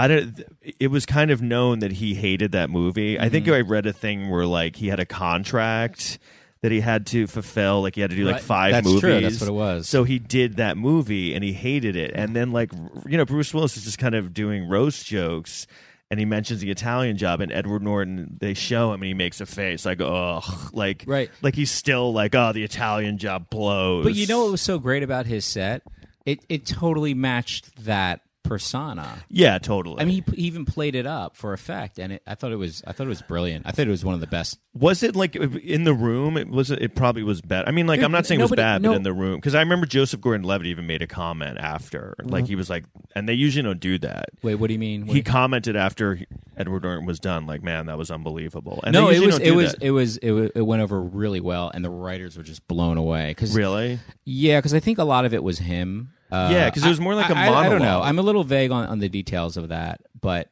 Speaker 2: I don't. It was kind of known that he hated that movie. I
Speaker 3: Mm-hmm.
Speaker 2: think I read a thing where like he had a contract that he had to fulfill. Like he had to do like
Speaker 3: Right.
Speaker 2: five
Speaker 3: That's
Speaker 2: movies.
Speaker 3: true. That's what it was.
Speaker 2: So he did that movie and he hated it. And then like r- you know Bruce Willis is just kind of doing roast jokes. And he mentions the Italian job and Edward Norton. They show him and he makes a face like, "Ugh," like,
Speaker 3: Right.
Speaker 2: like he's still like, "Oh, the Italian job blows."
Speaker 3: But you know what was so great about his set? It it totally matched that persona.
Speaker 2: yeah, totally.
Speaker 3: I mean, he p- even played it up for effect, and it, I thought it was I thought it was brilliant. I thought it was one of the best.
Speaker 2: Was it like in the room? It was. It probably was bad. I mean, like I'm not saying it was
Speaker 3: Nobody-
Speaker 2: bad,
Speaker 3: no-
Speaker 2: but in the room, because I remember Joseph Gordon-Levitt even made a comment after. Like
Speaker 3: Uh-huh.
Speaker 2: he was like, and they usually don't do that.
Speaker 3: Wait, what do you mean? What
Speaker 2: He commented after Edward Norton was done, like, "Man, that was unbelievable." And
Speaker 3: no,
Speaker 2: they
Speaker 3: it
Speaker 2: usually
Speaker 3: was
Speaker 2: don't
Speaker 3: it
Speaker 2: do
Speaker 3: was,
Speaker 2: that.
Speaker 3: it was it was it went over really well, and the writers were just blown away. Cause,
Speaker 2: really.
Speaker 3: Yeah, because I think a lot of it was him. Uh,
Speaker 2: Yeah, 'cause it was more like a
Speaker 3: a I don't know.
Speaker 2: monologue.
Speaker 3: I'm a little vague on, on the details of that, but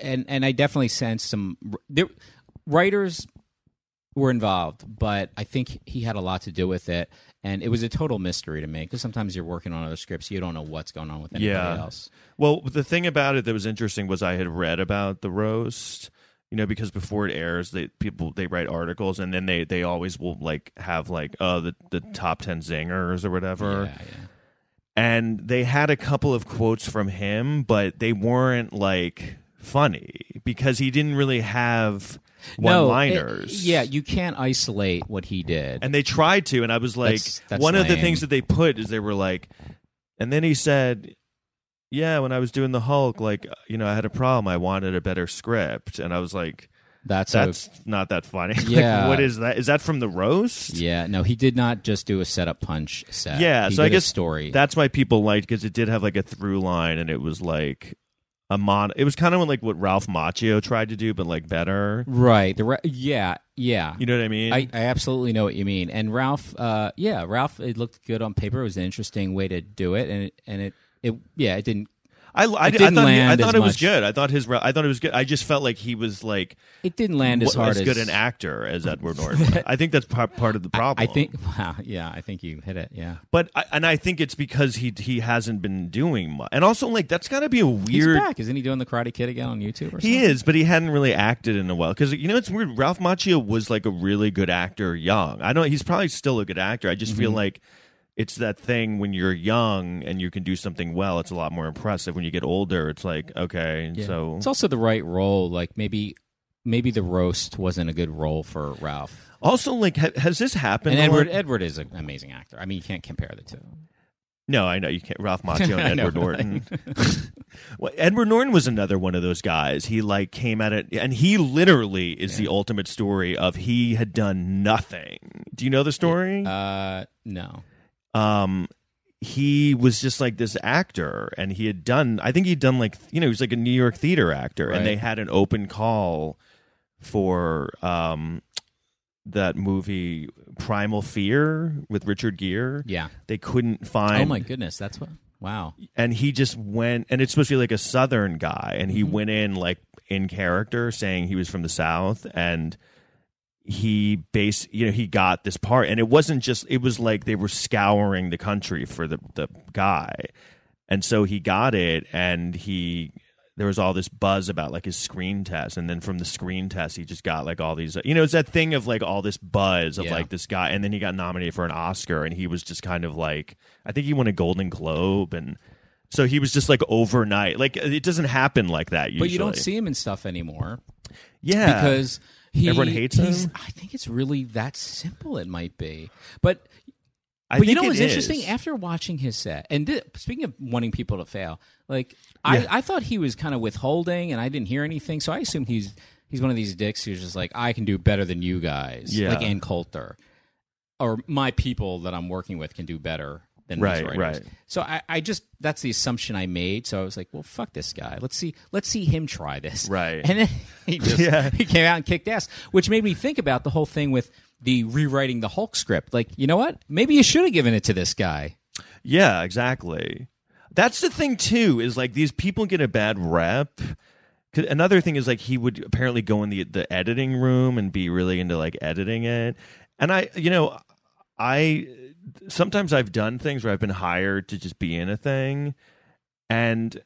Speaker 3: and and I definitely sense some there, writers were involved, but I think he had a lot to do with it. And it was a total mystery to me because sometimes you're working on other scripts, you don't know what's going on with anybody
Speaker 2: Yeah.
Speaker 3: else.
Speaker 2: Well, the thing about it that was interesting was I had read about the roast, you know, because before it airs, they people they write articles and then they they always will like have like uh the the top 10 zingers or whatever.
Speaker 3: Yeah, yeah.
Speaker 2: And they had a couple of quotes from him, but they weren't like funny because he didn't really have
Speaker 3: No, it-
Speaker 2: one-liners.
Speaker 3: yeah, you can't isolate what he did.
Speaker 2: and they tried to and i was like
Speaker 3: That's- that's
Speaker 2: one of the
Speaker 3: lame.
Speaker 2: things that they put is they were like and then he said yeah when i was doing the hulk like you know i had a problem i wanted a better script and i was like
Speaker 3: that's a-
Speaker 2: that's not that funny Like,
Speaker 3: Yeah.
Speaker 2: what is that is that from the roast
Speaker 3: yeah. No, he did not just do a setup punch set.
Speaker 2: Yeah,
Speaker 3: He
Speaker 2: so I
Speaker 3: did a
Speaker 2: guess
Speaker 3: story.
Speaker 2: that's why people liked because it did have like a through line and it was like a mon it was kind of like what ralph macchio tried to do but like better
Speaker 3: right. The re- yeah, yeah.
Speaker 2: you know what i mean
Speaker 3: I, I absolutely know what you mean. And Ralph, uh, yeah, Ralph, it looked good on paper. It was an interesting way to do it, and it, and it, it yeah, it didn't.
Speaker 2: I, I, I
Speaker 3: didn't
Speaker 2: thought, he- I
Speaker 3: land as
Speaker 2: thought it was
Speaker 3: much.
Speaker 2: good. I thought his, ra- I thought it was good. I just felt like he was like,
Speaker 3: It didn't land as
Speaker 2: wa-
Speaker 3: hard as
Speaker 2: good an actor as Edward Norton. I think that's part, part of the problem.
Speaker 3: I think. Wow. Yeah, I think you hit it. Yeah.
Speaker 2: but I, and I think it's because he he hasn't been doing much, and also like that's got to be a weird.
Speaker 3: He's back, isn't he? Doing the Karate Kid again on YouTube or something?
Speaker 2: He is, but he hadn't really acted in a while because you know it's weird. Ralph Macchio was like a really good actor young. I know he's probably still a good actor. I just feel
Speaker 3: Mm-hmm.
Speaker 2: like it's that thing when you're young and you can do something well. It's a lot more impressive when you get older. It's like okay,
Speaker 3: Yeah.
Speaker 2: so
Speaker 3: it's also the right role. Like maybe, maybe the roast wasn't a good role for Ralph.
Speaker 2: also like ha- has this happened?
Speaker 3: And
Speaker 2: a lot?
Speaker 3: Edward, Edward is an amazing actor. I mean, you can't compare the two.
Speaker 2: No, I know you can't. Ralph Macchio
Speaker 3: I
Speaker 2: and
Speaker 3: know,
Speaker 2: Edward Norton. well, Edward Norton was another one of those guys. He like came at it, and he literally is the ultimate story of he had done nothing. Do you know the story?
Speaker 3: Uh, no.
Speaker 2: um, he was just like this actor, and he had done. I think he'd done like you know he was like a New York theater actor,
Speaker 3: Right.
Speaker 2: and they had an open call for um that movie Primal Fear with Richard Gere.
Speaker 3: Yeah.
Speaker 2: They couldn't find
Speaker 3: Oh my goodness, that's what. Wow.
Speaker 2: and he just went and it's supposed to be like a southern guy and
Speaker 3: Mm-hmm.
Speaker 2: he went in like in character saying he was from the south and he base you know he got this part and it wasn't just it was like they were scouring the country for the the guy and so he got it and he there was all this buzz about like his screen test and then from the screen test he just got like all these you know it's that thing of like all this buzz of
Speaker 3: Yeah.
Speaker 2: like this guy and then he got nominated for an oscar and he was just kind of like i think he won a golden globe and so he was just like overnight like it doesn't happen like that usually
Speaker 3: But you don't see him in stuff anymore
Speaker 2: yeah
Speaker 3: because he,
Speaker 2: Everyone hates
Speaker 3: he's-
Speaker 2: him?
Speaker 3: I think it's really that simple. It might be, but
Speaker 2: I
Speaker 3: but you
Speaker 2: think
Speaker 3: know
Speaker 2: it
Speaker 3: what's interesting?
Speaker 2: is.
Speaker 3: After watching his set, and thi- speaking of wanting people to fail, like I, I thought he was kind of withholding, and I didn't hear anything, so I assumed he's he's one of these dicks who's just like, I can do better than you guys,
Speaker 2: Yeah.
Speaker 3: like Ann Coulter, or my people that I'm working with can do better than
Speaker 2: Right,
Speaker 3: these writers.
Speaker 2: right.
Speaker 3: So I, I just that's the assumption I made. So I was like, well, fuck this guy. Let's see, let's see him try this,
Speaker 2: Right.
Speaker 3: And then he just
Speaker 2: Yeah.
Speaker 3: he came out and kicked ass, which made me think about the whole thing with the rewriting the Hulk script. Like, you know what? Maybe you should have given it to this guy.
Speaker 2: Yeah, exactly. That's the thing too. Is like these people get a bad rep. 'Cause Another thing is like he would apparently go in the the editing room and be really into like editing it. And I, you know, I sometimes I've done things where I've been hired to just be in a thing, and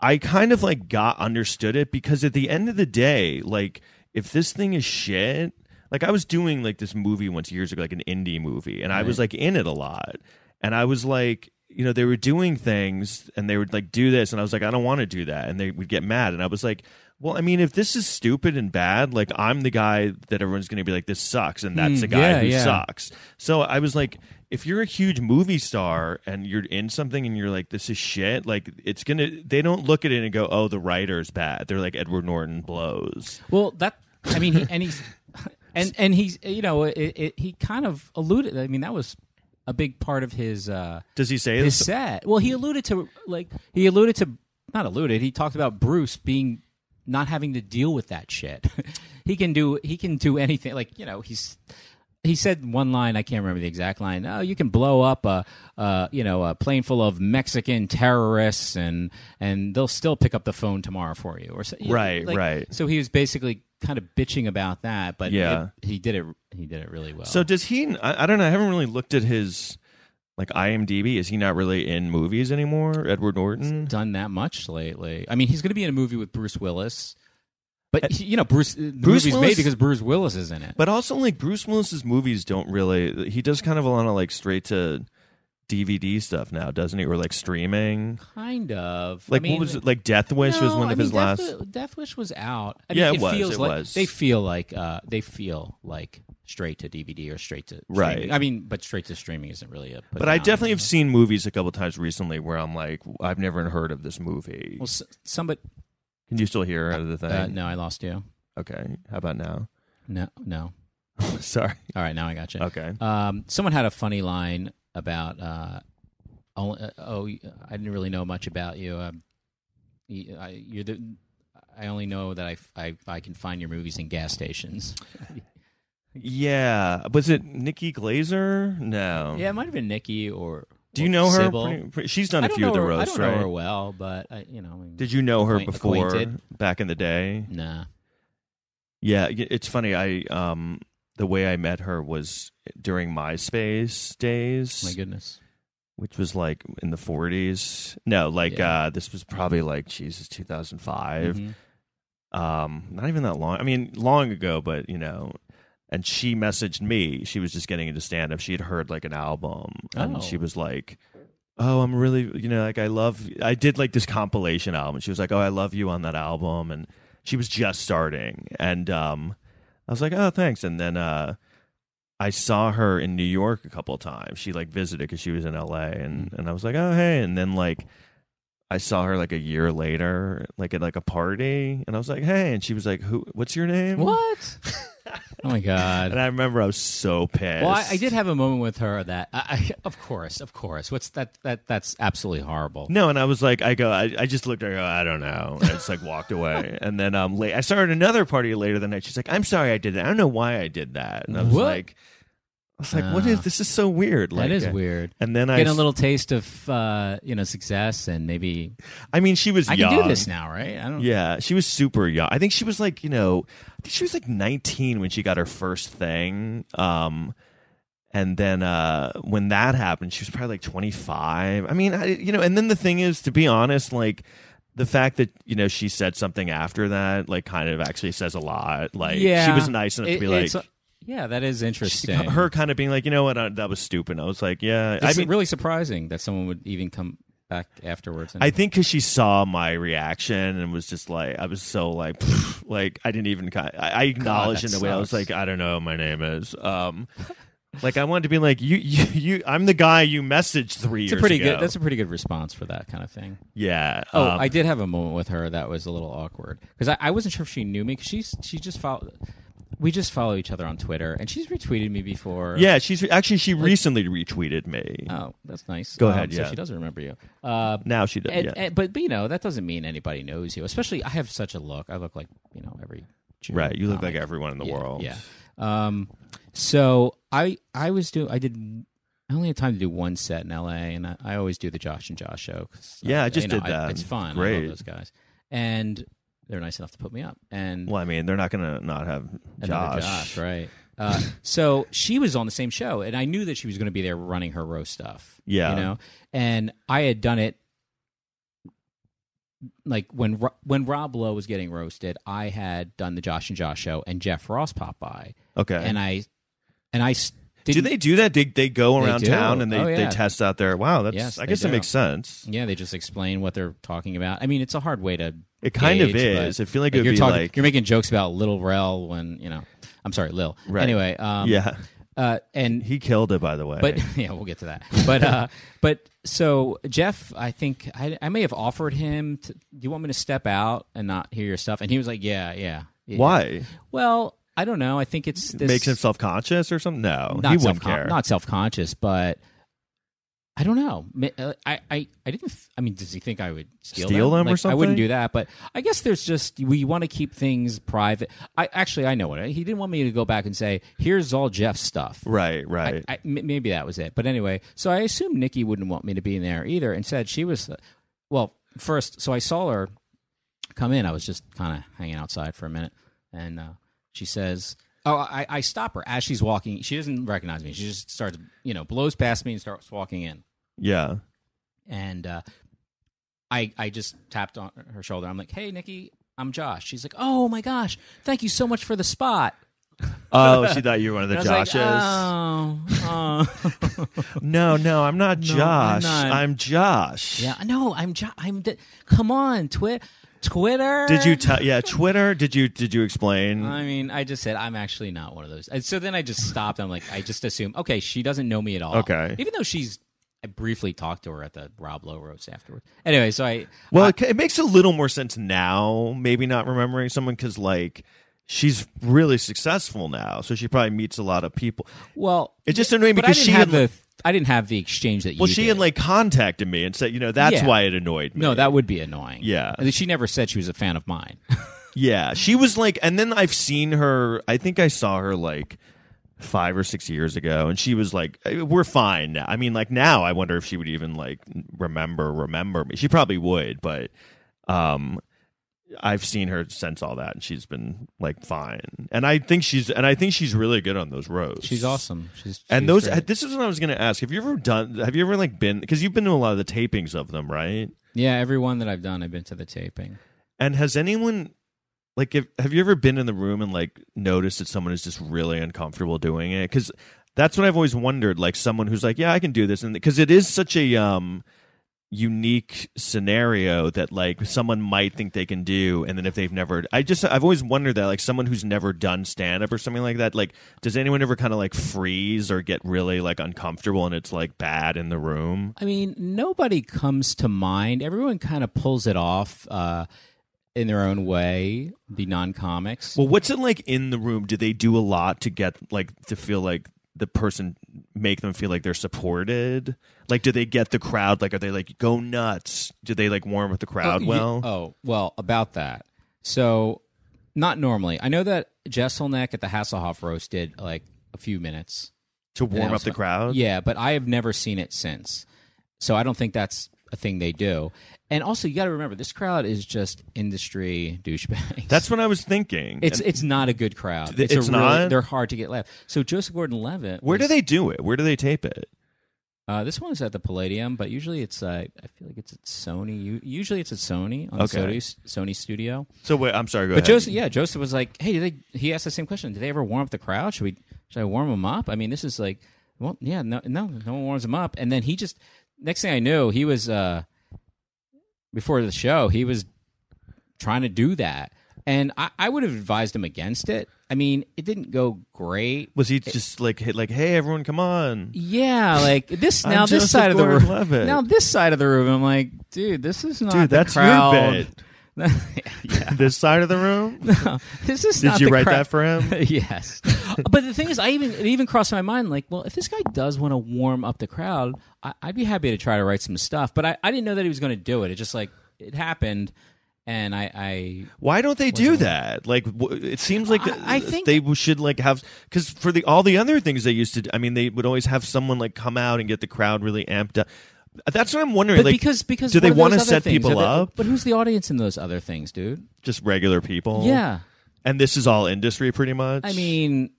Speaker 2: I kind of like got understood it because at the end of the day, like if this thing is shit, like I was doing like this movie once years ago, like an indie movie, and I was like in it a lot, and I was like, you know, they were doing things and they would like do this, and I was like, I don't want to do that, and they would get mad, and I was like. Well, I mean, if this is stupid and bad, like I'm the guy that everyone's going to be like, this sucks, and that's the guy
Speaker 3: Hmm, yeah,
Speaker 2: who
Speaker 3: yeah.
Speaker 2: sucks sucks. So I was like, if you're a huge movie star and you're in something and you're like, this is shit, like it's gonna. They don't look at it and go, oh, the writer's bad. They're like, Edward Norton blows.
Speaker 3: Well, that I mean, he, and he's and and he's you know it, it, he kind of alluded. I mean, that was a big part of his uh
Speaker 2: Does he say
Speaker 3: his
Speaker 2: this?
Speaker 3: set. Well, he alluded to like he alluded to not alluded. He talked about Bruce being not having to deal with that shit. he can do he can do anything. Like you know he's. He said one line I can't remember the exact line. Oh, you can blow up a, uh, you know, a plane full of Mexican terrorists, and and they'll still pick up the phone tomorrow for you, or so,
Speaker 2: Right,
Speaker 3: like,
Speaker 2: right.
Speaker 3: So he was basically kind of bitching about that, but
Speaker 2: Yeah.
Speaker 3: it- he did it. He did it really well.
Speaker 2: So does he? I, I don't know. I haven't really looked at his like IMDb. Is he not really in movies anymore? Edward Norton.
Speaker 3: done that much lately. I mean, he's going to be in a movie with Bruce Willis, but he, you know, Bruce. The
Speaker 2: Uh, Bruce
Speaker 3: movie's
Speaker 2: Willis-
Speaker 3: made because Bruce Willis is in it.
Speaker 2: But also, like Bruce Willis's movies don't really. He does kind of a lot of like straight to DVD stuff now, doesn't he? Or like streaming.
Speaker 3: kind of.
Speaker 2: Like
Speaker 3: I mean,
Speaker 2: what was it? Like Death Wish was
Speaker 3: no,
Speaker 2: one
Speaker 3: I
Speaker 2: of
Speaker 3: mean,
Speaker 2: his
Speaker 3: Death
Speaker 2: last.
Speaker 3: Wi- Death Wish was out. I
Speaker 2: Yeah,
Speaker 3: mean,
Speaker 2: it was,
Speaker 3: Feels
Speaker 2: it
Speaker 3: like,
Speaker 2: was.
Speaker 3: They feel like uh, they feel like straight to DVD or straight to streaming.
Speaker 2: Right.
Speaker 3: I mean, but straight to streaming isn't really a.
Speaker 2: But I definitely have seen movies a couple times recently where I'm like, I've never heard of this movie.
Speaker 3: Well, s- somebody.
Speaker 2: Can you still hear out of the thing?
Speaker 3: Uh, no, I lost you.
Speaker 2: Okay. How about now?
Speaker 3: No, no.
Speaker 2: Sorry.
Speaker 3: All right, now I got you.
Speaker 2: Okay.
Speaker 3: Um, someone had a funny line about, uh, oh, uh, oh, I didn't really know much about you. Um, you I, you're the, I only know that I, f- I- I can find your movies in gas stations.
Speaker 2: Yeah. Was it Nikki Glazer? No.
Speaker 3: yeah, it might have been Nikki or.
Speaker 2: Do you know her?
Speaker 3: Sybil.
Speaker 2: Pretty- pretty- she's done
Speaker 3: I
Speaker 2: a
Speaker 3: don't
Speaker 2: few
Speaker 3: know
Speaker 2: of the
Speaker 3: her- I
Speaker 2: roasts,
Speaker 3: don't know her
Speaker 2: right?
Speaker 3: well, but I, you know, I mean,
Speaker 2: Did you know her
Speaker 3: Acquaint-
Speaker 2: before
Speaker 3: acquainted.
Speaker 2: back in the day?
Speaker 3: nah.
Speaker 2: Yeah, y- it's funny. I um the way I met her was during MySpace days,
Speaker 3: My goodness.
Speaker 2: which was like in the 40s. No, like
Speaker 3: Yeah.
Speaker 2: uh this was probably like Jesus 2005.
Speaker 3: Mhm.
Speaker 2: um, not even that long. I mean, long ago, but you know. And she messaged me. She was just getting into stand up. She had heard like an album, and
Speaker 3: Oh.
Speaker 2: she was like, "Oh, I'm really, you know, like I love. I did like this compilation album. She was like, "Oh, I love you on that album," and she was just starting. And um, I was like, "Oh, thanks." And then uh, I saw her in New York a couple of times. She like visited because she was in L.A. and
Speaker 3: Mm-hmm.
Speaker 2: and I was like, "Oh, hey." And then like I saw her like a year later, like at like a party, and I was like, "Hey," and she was like, "Who? What's your name?"
Speaker 3: What? oh my god.
Speaker 2: And I remember I was so pissed.
Speaker 3: Well, I, I did have a moment with her that, I, I, of course, of course. What's that? That that's absolutely horrible.
Speaker 2: No, and I was like, I go, I, I just looked at her, I go, I don't know. And I just like walked away. And then um, late, I started another party later the night. She's like, I'm sorry I did that. I don't know why I did that. And I was
Speaker 3: What?
Speaker 2: like, I was like, what
Speaker 3: Ah.
Speaker 2: is this? Is so weird. Like,
Speaker 3: that is
Speaker 2: uh,
Speaker 3: weird.
Speaker 2: And then I,
Speaker 3: Get a
Speaker 2: s-
Speaker 3: little taste of uh, you know success and maybe
Speaker 2: I mean, she was
Speaker 3: I
Speaker 2: young.
Speaker 3: can do this now, right? I don't.
Speaker 2: Yeah, she was super young. I think she was like, you know, I think she was like 19 when she got her first thing. Um and then uh when that happened, she was probably like 25. I mean, I, you know, and then the thing is to be honest, like the fact that you know she said something after that, like, kind of actually says a lot. Like, she
Speaker 3: Yeah.
Speaker 2: was nice enough
Speaker 3: It-
Speaker 2: to be
Speaker 3: it's-
Speaker 2: like,
Speaker 3: yeah, that is
Speaker 2: she-
Speaker 3: interesting.
Speaker 2: her kind of being like, you know what, I, that was stupid. I was like, yeah.
Speaker 3: It's
Speaker 2: I mean,
Speaker 3: really surprising that someone would even come back afterwards. And,
Speaker 2: I think because she saw my reaction and was just like, I was so like, like I didn't even. ki- I, I acknowledged
Speaker 3: that
Speaker 2: in a way. I was
Speaker 3: sucks.
Speaker 2: like, I don't know, what my name is. Um, like I wanted to be like you, you, you. I'm the guy you messaged three
Speaker 3: it's a
Speaker 2: years
Speaker 3: pretty
Speaker 2: ago.
Speaker 3: good. That's a pretty good response for that kind of thing.
Speaker 2: yeah.
Speaker 3: Oh,
Speaker 2: um,
Speaker 3: I did have a moment with her that was a little awkward because I, I wasn't sure if she knew me. 'cause she's she just followed. We just follow each other on Twitter, and she's retweeted me before.
Speaker 2: yeah. She's actually she recently retweeted me.
Speaker 3: Oh, that's nice.
Speaker 2: Go ahead,
Speaker 3: So
Speaker 2: yeah.
Speaker 3: she does remember you. Uh,
Speaker 2: now she does.
Speaker 3: and-
Speaker 2: Yeah.
Speaker 3: and- but, but you know that doesn't mean anybody knows you. Especially I have such a look. I look like you know every. Jew
Speaker 2: right. You look
Speaker 3: comic.
Speaker 2: like everyone in the
Speaker 3: yeah,
Speaker 2: world.
Speaker 3: Yeah. Um. So I I was doing I did. I only had time to do one set in LA, and I, I always do the Josh and Josh show. 'cause, uh,
Speaker 2: Yeah, I just
Speaker 3: you know,
Speaker 2: did that.
Speaker 3: it's fun. I
Speaker 2: Great.
Speaker 3: love those guys, and they're nice enough to put me up. And
Speaker 2: Well, I mean, they're not gonna not have
Speaker 3: Another
Speaker 2: Josh.
Speaker 3: Josh, right? Uh, so she was on the same show, and I knew that she was going to be there running her roast stuff.
Speaker 2: Yeah.
Speaker 3: you know, and I had done it like when Ro- when Rob Lowe was getting roasted. I had done the Josh and Josh show, and Jeff Ross popped by,
Speaker 2: Okay.
Speaker 3: and I and I s-
Speaker 2: do
Speaker 3: didn't.
Speaker 2: they do that? They they go
Speaker 3: They
Speaker 2: around
Speaker 3: do.
Speaker 2: town and they,
Speaker 3: Oh,
Speaker 2: they
Speaker 3: yeah.
Speaker 2: test out their wow. That's
Speaker 3: Yes,
Speaker 2: I
Speaker 3: they
Speaker 2: guess that
Speaker 3: do.
Speaker 2: makes sense.
Speaker 3: yeah, they just explain what they're talking about. I mean, it's a hard way to.
Speaker 2: It kind of
Speaker 3: gauge, but-
Speaker 2: is. I feel like,
Speaker 3: like,
Speaker 2: it would
Speaker 3: you're
Speaker 2: be
Speaker 3: talking,
Speaker 2: like
Speaker 3: you're making jokes about Little Rel when you know. I'm sorry, Lil.
Speaker 2: Right.
Speaker 3: Anyway, um,
Speaker 2: yeah.
Speaker 3: uh, and
Speaker 2: He killed it, by the way.
Speaker 3: But yeah, we'll get to that. But uh, but so Jeff, I think I, I may have offered him. To, Do you want me to step out and not hear your stuff? And he was like, Yeah, yeah. yeah."
Speaker 2: why
Speaker 3: Well, I don't know. I think it's this
Speaker 2: makes him self conscious or something? No,
Speaker 3: not
Speaker 2: he
Speaker 3: self
Speaker 2: wouldn't care.
Speaker 3: not self conscious, but I don't know. Ma- uh, I I, I didn't. th- I mean, does he think I would steal,
Speaker 2: Steal
Speaker 3: them?
Speaker 2: them or
Speaker 3: Like, I wouldn't
Speaker 2: something?
Speaker 3: do that. But I guess there's just we want to keep things private. I actually I know what he didn't want me to go back and say. Here's all Jeff's stuff.
Speaker 2: right, right.
Speaker 3: I, I, m- maybe that was it. But anyway, so I assumed Nikki wouldn't want me to be in there either, and said she was. Well, first, so I saw her come in. I was just kind of hanging outside for a minute, and uh, she says, "Oh, I, I stop her as she's walking. She doesn't recognize me. She just starts, you know, blows past me and starts walking in.
Speaker 2: Yeah.
Speaker 3: And uh, I I just tapped on her shoulder. I'm like, "Hey, Nikki, I'm Josh." She's like, "Oh my gosh, thank you so much for the spot."
Speaker 2: Oh, she thought you were one of the
Speaker 3: And I was
Speaker 2: Joshes.
Speaker 3: like, "Oh, oh."
Speaker 2: no, no, I'm not
Speaker 3: I'm
Speaker 2: Josh. I'm,
Speaker 3: not.
Speaker 2: Josh.
Speaker 3: yeah, no, I'm jo- I'm. the- come on, Twitter, Twitter.
Speaker 2: Did you tell? Yeah, Twitter. Did you did you explain?
Speaker 3: I mean, I just said I'm actually not one of those. And so then I just stopped. I'm like, I just assume, okay, she doesn't know me at all.
Speaker 2: Okay.
Speaker 3: even though she's, I briefly talked to her at the Rob Lowe roast afterwards. Anyway, so I,
Speaker 2: well, it, it makes a little more sense now. Maybe not remembering someone because like she's really successful now, so she probably meets a lot of people.
Speaker 3: well,
Speaker 2: It just annoyed me
Speaker 3: but I
Speaker 2: because
Speaker 3: didn't
Speaker 2: she
Speaker 3: have
Speaker 2: had, like-
Speaker 3: the, I didn't have the exchange that you.
Speaker 2: Well, she
Speaker 3: did.
Speaker 2: had like contacted me and said, you know, that's
Speaker 3: Yeah.
Speaker 2: why it annoyed me.
Speaker 3: No, that would be annoying.
Speaker 2: Yeah.
Speaker 3: And she never said she was a fan of mine.
Speaker 2: Yeah, she was like, and then I've seen her. I think I saw her like five or six years ago, and she was like, "Eh, "We're fine." now." I mean, like now, I wonder if she would even like remember remember me. She probably would, but um, I've seen her since all that, and she's been like fine. And I think she's and I think she's really good on those roads.
Speaker 3: She's awesome. She's
Speaker 2: And
Speaker 3: she's
Speaker 2: those,
Speaker 3: great.
Speaker 2: this is what I was going to ask. Have you ever done? Have you ever like been? Because you've been to a lot of the tapings of them, right?
Speaker 3: yeah, every one that I've done, I've been to the taping.
Speaker 2: And has anyone like if, have you ever been in the room and like noticed that someone is just really uncomfortable doing it? Because that's what I've always wondered. Like someone who's like, yeah, I can do this, and because it is such a um unique scenario that like someone might think they can do and then if they've never I just I've always wondered that like someone who's never done stand up or something like that like does anyone ever kind of like freeze or get really like uncomfortable and it's like bad in the room
Speaker 3: I mean, nobody comes to mind. Everyone kind of pulls it off uh, in their own way. The non-comics.
Speaker 2: Well, what's it like in the room? Do they do a lot to get like to feel like the person make them feel like they're supported? Like, do they get the crowd? Like, are they like go nuts? Do they like warm up the crowd?
Speaker 3: Oh, ye-
Speaker 2: uh, well,
Speaker 3: oh, well, about that. So, not normally. I know that Jesselneck at the Hasselhoff roast did like a few minutes.
Speaker 2: to
Speaker 3: and
Speaker 2: warm
Speaker 3: that
Speaker 2: up
Speaker 3: was
Speaker 2: the
Speaker 3: fun.
Speaker 2: crowd.
Speaker 3: Yeah, but I have never seen it since. So I don't think that's a thing they do. And also, you got to remember, this crowd is just industry douchebags.
Speaker 2: that's what I was thinking.
Speaker 3: it's it's not a good crowd.
Speaker 2: Th-
Speaker 3: a
Speaker 2: it's
Speaker 3: really-
Speaker 2: not?
Speaker 3: They're hard to get left. So Joseph Gordon-Levitt.
Speaker 2: where do
Speaker 3: was-
Speaker 2: they do it? Where do they tape it?
Speaker 3: Uh, this one is at the Palladium, but usually it's uh, I feel like it's at Sony. U- Usually it's at Sony on
Speaker 2: Okay.
Speaker 3: the Sony, Sony studio.
Speaker 2: So wait, I'm sorry. Go
Speaker 3: But
Speaker 2: ahead.
Speaker 3: Joseph, yeah, Joseph was like, "Hey, did they, he asked the same question. Did they ever warm up the crowd? Should we? Should I warm them up? I mean, this is like, well, yeah, no, no, no one warms them up. And then he just, next thing I knew, he was uh, before the show, he was trying to do that, and I, I would have advised him against it. I mean, it didn't go great.
Speaker 2: was he just like hit like hey everyone come on?
Speaker 3: Yeah, like this
Speaker 2: I'm
Speaker 3: now.
Speaker 2: Joseph
Speaker 3: this side of the
Speaker 2: Gordon-Levitt.
Speaker 3: room. Now this side of the room. I'm like, dude, this is not
Speaker 2: Dude,
Speaker 3: the
Speaker 2: that's your
Speaker 3: crowd.
Speaker 2: this side of the room.
Speaker 3: this is
Speaker 2: Did
Speaker 3: not
Speaker 2: you
Speaker 3: the
Speaker 2: write
Speaker 3: crowd.
Speaker 2: that for him?
Speaker 3: yes. but the thing is, I even it even crossed my mind like, well, if this guy does want to warm up the crowd, I, I'd be happy to try to write some stuff. But I, I didn't know that he was going to do it. It just like it happened, and I, I
Speaker 2: Why don't they do that? Like, w- it seems like
Speaker 3: I- I think-
Speaker 2: they should like have because for the all the other things they used to. do- I mean, they would always have someone like come out and get the crowd really amped up. Uh, That's what I'm wondering.
Speaker 3: but
Speaker 2: like,
Speaker 3: because because
Speaker 2: do
Speaker 3: what
Speaker 2: they
Speaker 3: are those
Speaker 2: wanna
Speaker 3: other
Speaker 2: set
Speaker 3: things? Are
Speaker 2: people
Speaker 3: they-
Speaker 2: up?
Speaker 3: But who's the audience in those other things, dude?
Speaker 2: Just regular people.
Speaker 3: Yeah,
Speaker 2: and this is all industry, pretty much.
Speaker 3: I mean,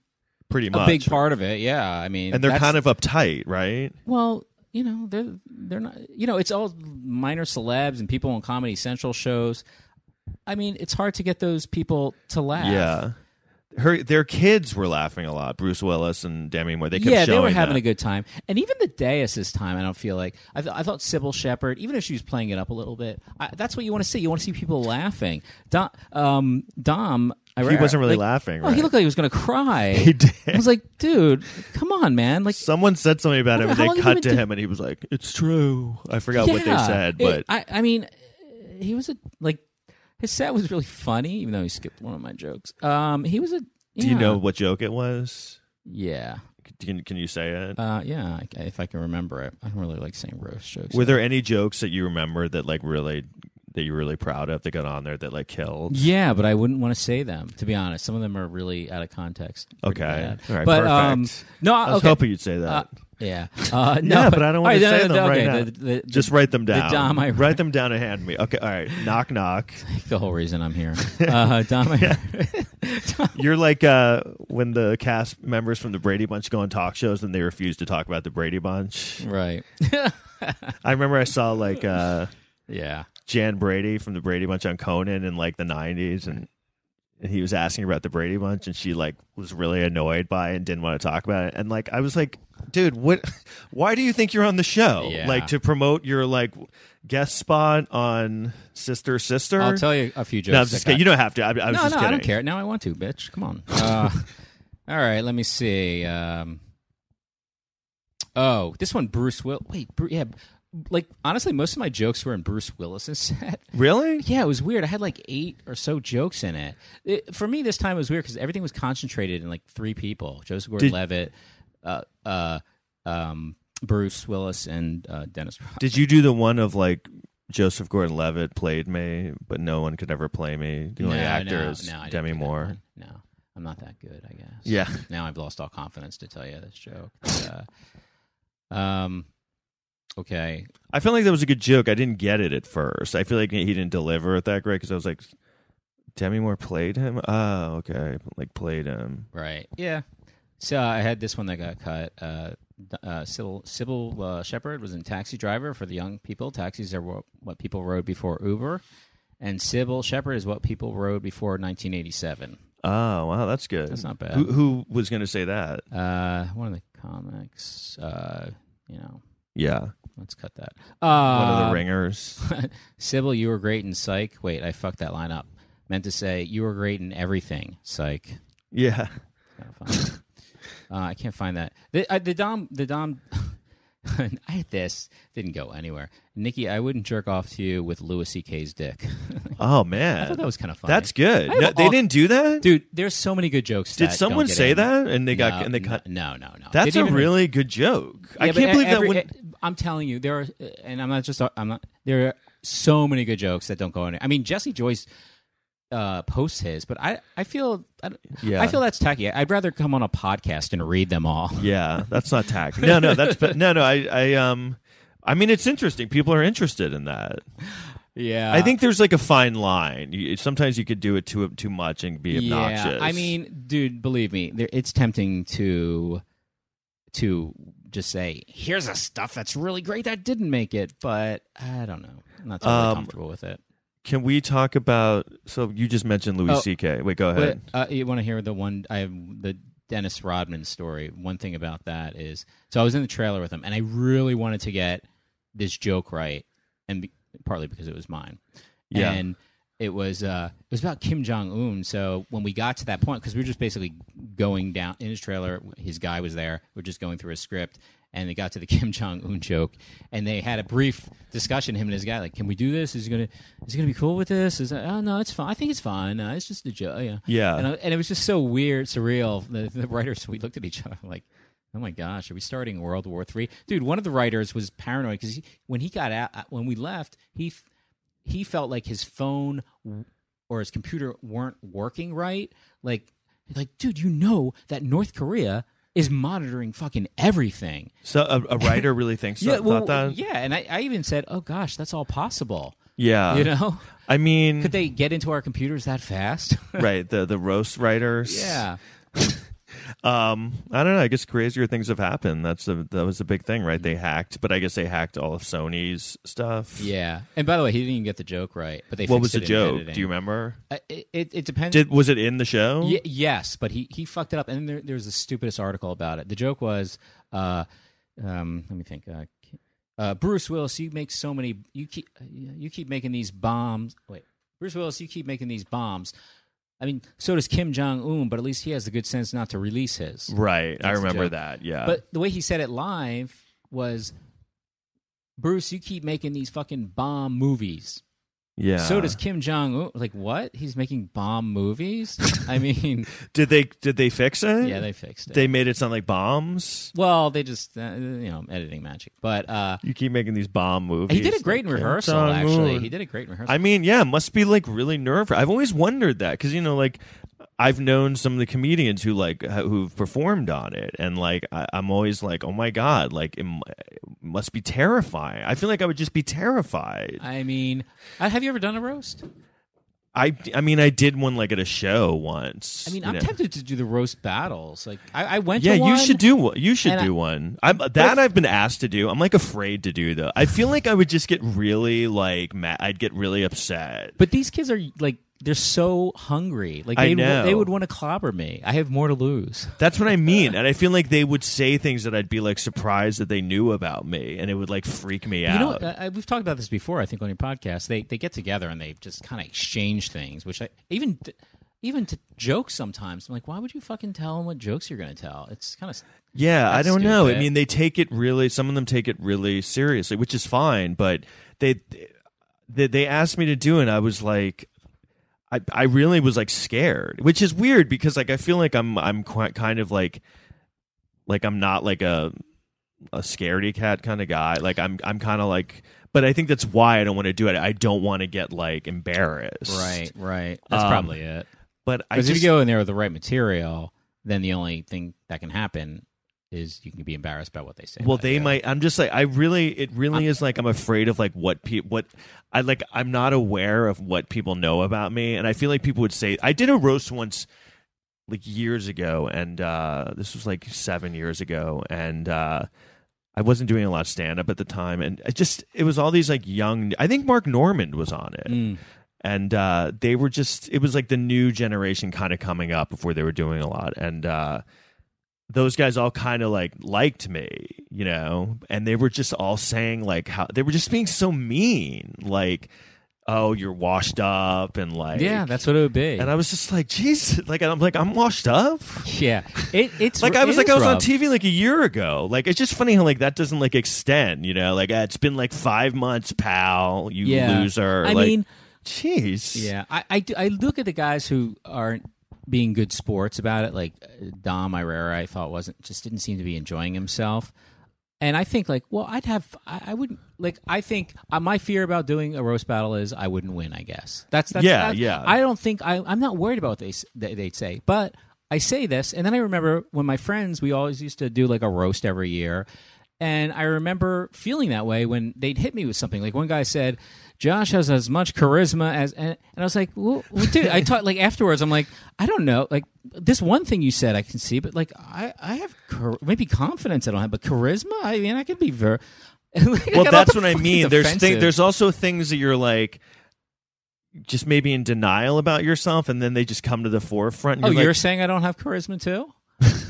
Speaker 2: pretty
Speaker 3: a
Speaker 2: much
Speaker 3: big part of it. Yeah, I mean,
Speaker 2: And they're
Speaker 3: that's-
Speaker 2: kind of uptight, right?
Speaker 3: Well, you know, they're they're not. You know, it's all minor celebs and people on Comedy Central shows. I mean, it's hard to get those people to laugh.
Speaker 2: Yeah. Her, their kids were laughing a lot. Bruce Willis and Demi Moore. They kept
Speaker 3: yeah,
Speaker 2: showing
Speaker 3: they were having
Speaker 2: that.
Speaker 3: a good time, and even the Deus this time, I don't feel like I, th- I thought Sybil Shepherd, even if she was playing it up a little bit, I, that's what you want to see. You want to see people laughing. Dom, um, Dom, I
Speaker 2: He wasn't really
Speaker 3: like-
Speaker 2: laughing.
Speaker 3: Oh,
Speaker 2: Right?
Speaker 3: he looked like he was going to cry.
Speaker 2: He did.
Speaker 3: I was like, dude, come on, man! Like,
Speaker 2: Someone said something about him,
Speaker 3: How
Speaker 2: and
Speaker 3: long
Speaker 2: they
Speaker 3: have you
Speaker 2: cut
Speaker 3: been
Speaker 2: to
Speaker 3: do-
Speaker 2: him, and he was like, "It's true." I forgot what they
Speaker 3: Yeah.
Speaker 2: said,
Speaker 3: It-
Speaker 2: but
Speaker 3: I, I mean, uh, he was a like his set was really funny, even though he skipped one of my jokes. Um, he was a.
Speaker 2: Do you
Speaker 3: yeah.
Speaker 2: know what joke it was?
Speaker 3: Yeah,
Speaker 2: Can, can you say it?
Speaker 3: uh, yeah. I- If I can remember it, I don't really like saying roast jokes.
Speaker 2: Were there any jokes that you remember that like really that you were really proud of that got on there that like killed?
Speaker 3: yeah, but I wouldn't want to say them. To be honest, some of them are really out of context. pretty
Speaker 2: Okay.
Speaker 3: bad.
Speaker 2: All right,
Speaker 3: but
Speaker 2: perfect.
Speaker 3: um, no,
Speaker 2: I was
Speaker 3: okay.
Speaker 2: hoping you'd say that.
Speaker 3: Uh, Yeah. Uh, no,
Speaker 2: yeah, but, I don't want
Speaker 3: all
Speaker 2: to
Speaker 3: right, no,
Speaker 2: say
Speaker 3: no,
Speaker 2: them
Speaker 3: no,
Speaker 2: right
Speaker 3: okay,
Speaker 2: now.
Speaker 3: the- the- the-
Speaker 2: Just write them down.
Speaker 3: Dom I-
Speaker 2: write them down and hand me. Okay, all right. Knock knock.
Speaker 3: the whole reason I'm here. Uh, Dom, I-
Speaker 2: You're like uh, when the cast members from the Brady Bunch go on talk shows and they refuse to talk about the Brady Bunch.
Speaker 3: right.
Speaker 2: I remember I saw like uh,
Speaker 3: Yeah.
Speaker 2: Jan Brady from the Brady Bunch on Conan in like the '90s, and, and he was asking her about the Brady Bunch, and she like was really annoyed by it and didn't want to talk about it. And like I was like, dude, what? Why do you think you're on the show?
Speaker 3: Yeah.
Speaker 2: Like to promote your like guest spot on Sister Sister?
Speaker 3: I'll tell you a few jokes.
Speaker 2: no, I'm just
Speaker 3: that got-
Speaker 2: kidding. You don't have to. I, I was
Speaker 3: no,
Speaker 2: just
Speaker 3: no,
Speaker 2: kidding.
Speaker 3: I don't care. Now I want to, bitch. Come on. Uh, all right, let me see. Um, oh, this one, Bruce Will. Wait, Bru- yeah. Like honestly, most of my jokes were in Bruce Willis's set.
Speaker 2: Really?
Speaker 3: Yeah, it was weird. I had like eight or so jokes in it. It- for me, this time it was weird because everything was concentrated in like three people: Joseph Gordon-Levitt, uh, uh, um, Bruce Willis, and uh, Dennis. Rodman.
Speaker 2: Did you do the one of like Joseph Gordon-Levitt played me, but no one could ever play me? The only
Speaker 3: No,
Speaker 2: actor
Speaker 3: no,
Speaker 2: is
Speaker 3: no, I didn't
Speaker 2: Demi
Speaker 3: do that
Speaker 2: Moore.
Speaker 3: one. No, I'm not that good, I guess.
Speaker 2: Yeah.
Speaker 3: Now I've lost all confidence to tell you this joke. But, uh, um. Okay.
Speaker 2: I feel like that was a good joke. I didn't get it at first. I feel like he didn't deliver it that great because I was like, Demi Moore played him. Oh, okay, like played him.
Speaker 3: Right. Yeah. So I had this one that got cut. Uh, d- uh, Sybil, Sybil uh, Shepherd was in Taxi Driver for the young people. Taxis are what, what people rode before Uber, and Sybil Shepherd is what people rode before 1987.
Speaker 2: Oh, wow, that's good.
Speaker 3: That's not bad.
Speaker 2: Who, who was going to say that?
Speaker 3: Uh, one of the comics. Uh, you know,
Speaker 2: Yeah,
Speaker 3: let's cut that.
Speaker 2: one of
Speaker 3: Uh,
Speaker 2: the ringers.
Speaker 3: Sybil, you were great in Psych. Wait, I fucked that line up. Meant to say you were great in everything. Psych.
Speaker 2: yeah,
Speaker 3: Gotta find it. uh, I can't find that. The, uh, the Dom, the Dom, I had this didn't go anywhere. Nikki, I wouldn't jerk off to you with Louis C.K.'s dick.
Speaker 2: Oh man,
Speaker 3: I thought that was kind of funny.
Speaker 2: that's good.
Speaker 3: I have
Speaker 2: No, they
Speaker 3: all-
Speaker 2: didn't do that.
Speaker 3: dude. There's so many good jokes.
Speaker 2: Did
Speaker 3: that
Speaker 2: someone
Speaker 3: don't get
Speaker 2: say
Speaker 3: in.
Speaker 2: that and they got
Speaker 3: No,
Speaker 2: and they cut?
Speaker 3: No, no, no.
Speaker 2: That's
Speaker 3: Didn't
Speaker 2: a
Speaker 3: even-
Speaker 2: really good joke. I
Speaker 3: Yeah, but
Speaker 2: can't
Speaker 3: e-
Speaker 2: believe
Speaker 3: every-
Speaker 2: that. When,
Speaker 3: e- I'm telling you, there are, eh, and I'm not just. I'm not. There are so many good jokes that don't go in. I mean, Jesse Joyce uh, posts his, but I, I feel, I, don't-
Speaker 2: Yeah.
Speaker 3: I feel that's tacky. I'd rather come on a podcast and read them all.
Speaker 2: yeah, that's not tact. No, no, that's but no, no. I, I, um, I mean, it's interesting. People are interested in that.
Speaker 3: Yeah,
Speaker 2: I think there's like a fine line. You, sometimes you could do it too too much and be obnoxious.
Speaker 3: I mean, dude, believe me, there, it's tempting to to just say, "Here's a stuff that's really great that didn't make it," but I don't know. I'm not totally
Speaker 2: Um,
Speaker 3: comfortable with it.
Speaker 2: can we talk about? So you just mentioned Louis
Speaker 3: Oh.
Speaker 2: C.K. Wait, go
Speaker 3: But,
Speaker 2: ahead.
Speaker 3: uh, you want to hear the one? I have the Dennis Rodman story. One thing about that is, so I was in the trailer with him, and I really wanted to get this joke right, and be, partly because it was mine.
Speaker 2: Yeah.
Speaker 3: And it was uh, it was about Kim Jong Un. So when we got to that point, because we were just basically going down in his trailer, his guy was there. We're just going through his script, and it got to the Kim Jong Un joke, and they had a brief discussion. Him and his guy, like, can we do this? Is he gonna is he gonna be cool with this? Is that, oh no, it's fine. I think it's fine. Uh, it's just a joke. Yeah.
Speaker 2: Yeah.
Speaker 3: And, I, and it was just so weird, surreal. The, the writers, we looked at each other like. Oh my gosh, are we starting World War Three, dude? One of the writers was paranoid because when he got out, uh, when we left, he f- he felt like his phone w- or his computer weren't working right. Like, like, dude, you know that North Korea is monitoring fucking everything.
Speaker 2: so a, a writer really thinks that, thought that.
Speaker 3: yeah. And I, I even said, oh gosh, that's all possible.
Speaker 2: Yeah.
Speaker 3: you know,
Speaker 2: I mean,
Speaker 3: could they get into our computers that fast?
Speaker 2: right? The the roast writers.
Speaker 3: yeah.
Speaker 2: Um. I don't know. I guess crazier things have happened. That's a that was a big thing, right? They hacked, but I guess they hacked all of Sony's stuff.
Speaker 3: Yeah. And by the way, he didn't even get the joke right. But they
Speaker 2: What
Speaker 3: fixed
Speaker 2: was the
Speaker 3: it in
Speaker 2: joke?
Speaker 3: editing.
Speaker 2: Do you remember?
Speaker 3: Uh, it, it, it depends.
Speaker 2: Did was it in the show?
Speaker 3: Ye- yes, but he he fucked it up, and then there, there was the stupidest article about it. The joke was, uh, um, let me think. Uh, uh, Bruce Willis, you make so many. You keep you keep making these bombs. Wait, Bruce Willis, you keep making these bombs. I mean, so does Kim Jong Un, but at least he has the good sense not to release his.
Speaker 2: Right. I
Speaker 3: That's the
Speaker 2: remember
Speaker 3: joke.
Speaker 2: that. Yeah.
Speaker 3: But the way he said it live was, Bruce, you keep making these fucking bomb movies.
Speaker 2: yeah.
Speaker 3: So does Kim Jong Un. Like what? He's making bomb movies. I mean,
Speaker 2: Did they did they fix it?
Speaker 3: yeah, they fixed it.
Speaker 2: They made it sound like bombs.
Speaker 3: Well, they just uh, you know editing magic, but uh,
Speaker 2: You keep making these bomb movies.
Speaker 3: he did it great in
Speaker 2: Like,
Speaker 3: rehearsal.
Speaker 2: Kim Jong-un.
Speaker 3: Actually, he did it great in rehearsal.
Speaker 2: I mean, yeah, must be like really nerve. I've always wondered that because you know, like, I've known some of the comedians who like ha- who've performed on it, and like I, I'm always like, oh my god, like it, mu- it must be terrifying. I feel like I would just be terrified.
Speaker 3: I mean, I- have you ever done a roast?
Speaker 2: I I mean, I did one like at a show once.
Speaker 3: I mean,
Speaker 2: you
Speaker 3: I'm
Speaker 2: know.
Speaker 3: tempted to do the roast battles. Like, I, I went.
Speaker 2: Yeah,
Speaker 3: to
Speaker 2: you
Speaker 3: one.
Speaker 2: should do one. You should
Speaker 3: and
Speaker 2: do
Speaker 3: I-
Speaker 2: one. I'm, that I've been asked to do. I'm like afraid to do though. I feel like I would just get really like mad. I'd get really upset.
Speaker 3: But these kids are like they're so hungry. Like
Speaker 2: I
Speaker 3: they
Speaker 2: know.
Speaker 3: they would want to clobber me. I have more to lose.
Speaker 2: That's what I mean, and I feel like they would say things that I'd be like surprised that they knew about me, and it would like freak me
Speaker 3: You know,
Speaker 2: out.
Speaker 3: uh, we've talked about this before. I think on your podcast, they they get together and they just kind of exchange things, which I even even to jokes sometimes. I'm like, why would you fucking tell them what jokes you're going to tell? It's kind of
Speaker 2: yeah, I
Speaker 3: that's
Speaker 2: don't know. I
Speaker 3: stupid.
Speaker 2: mean, they take it really. Some of them take it really seriously, which is fine. But they they, they asked me to do, it, and I was like. I, I really was like scared, which is weird because like I feel like I'm I'm quite kind of like like I'm not like a a scaredy cat kind of guy. Like I'm I'm kind of like, but I think that's why I don't want to do it. I don't want to get like embarrassed,
Speaker 3: right, right. That's
Speaker 2: Um,
Speaker 3: probably it.
Speaker 2: But I
Speaker 3: Because
Speaker 2: just
Speaker 3: if you go in there with the right material, then the only thing that can happen is you can be embarrassed by what they say.
Speaker 2: well
Speaker 3: about
Speaker 2: they
Speaker 3: you.
Speaker 2: might i'm just like i really it really is like i'm afraid of like what people what i like i'm not aware of what people know about me and i feel like people would say i did a roast once like years ago and uh this was like seven years ago and uh i wasn't doing a lot of stand up at the time and i just it was all these like young i think mark normand was on it
Speaker 3: Mm.
Speaker 2: and uh, they were just it was like the new generation kind of coming up before they were doing a lot and uh, those guys all kind of like liked me you know and they were just all saying like how they were just being so mean like oh you're washed up and like
Speaker 3: yeah, that's what it would be.
Speaker 2: and i was just like jeez like i'm like i'm washed up
Speaker 3: yeah, it, it's
Speaker 2: like I
Speaker 3: it
Speaker 2: was like
Speaker 3: is
Speaker 2: I was on
Speaker 3: rough.
Speaker 2: TV like a year ago. Like it's just funny how like that doesn't like extend, you know? Like ah, it's been like five months, pal. You
Speaker 3: Yeah.
Speaker 2: loser.
Speaker 3: I
Speaker 2: like,
Speaker 3: mean,
Speaker 2: jeez.
Speaker 3: Yeah, I I, do, I look at the guys who aren't being good sports about it. Like uh, Dom Irera, I thought wasn't just didn't seem to be enjoying himself. And I think like, well, I'd have I, I wouldn't like. I think uh, my fear about doing a roast battle is I wouldn't win. I guess that's that's
Speaker 2: Yeah,
Speaker 3: that-
Speaker 2: yeah.
Speaker 3: I don't think I I'm not worried about what they s- they- they'd say, but. I say this, and then I remember when my friends, we always used to do like a roast every year. And I remember feeling that way when they'd hit me with something. Like one guy said, Josh has as much charisma as, and, and I was like, well, well, dude, I taught like afterwards, I'm like, I don't know. Like this one thing you said I can see, but like I, I have char- maybe confidence I don't have, but charisma, I mean, I can be very.
Speaker 2: well that's what i mean there's thing, there's also things that you're like just maybe in denial about yourself and then they just come to the forefront and
Speaker 3: Oh,
Speaker 2: you're
Speaker 3: you're
Speaker 2: like,
Speaker 3: saying I don't have charisma too?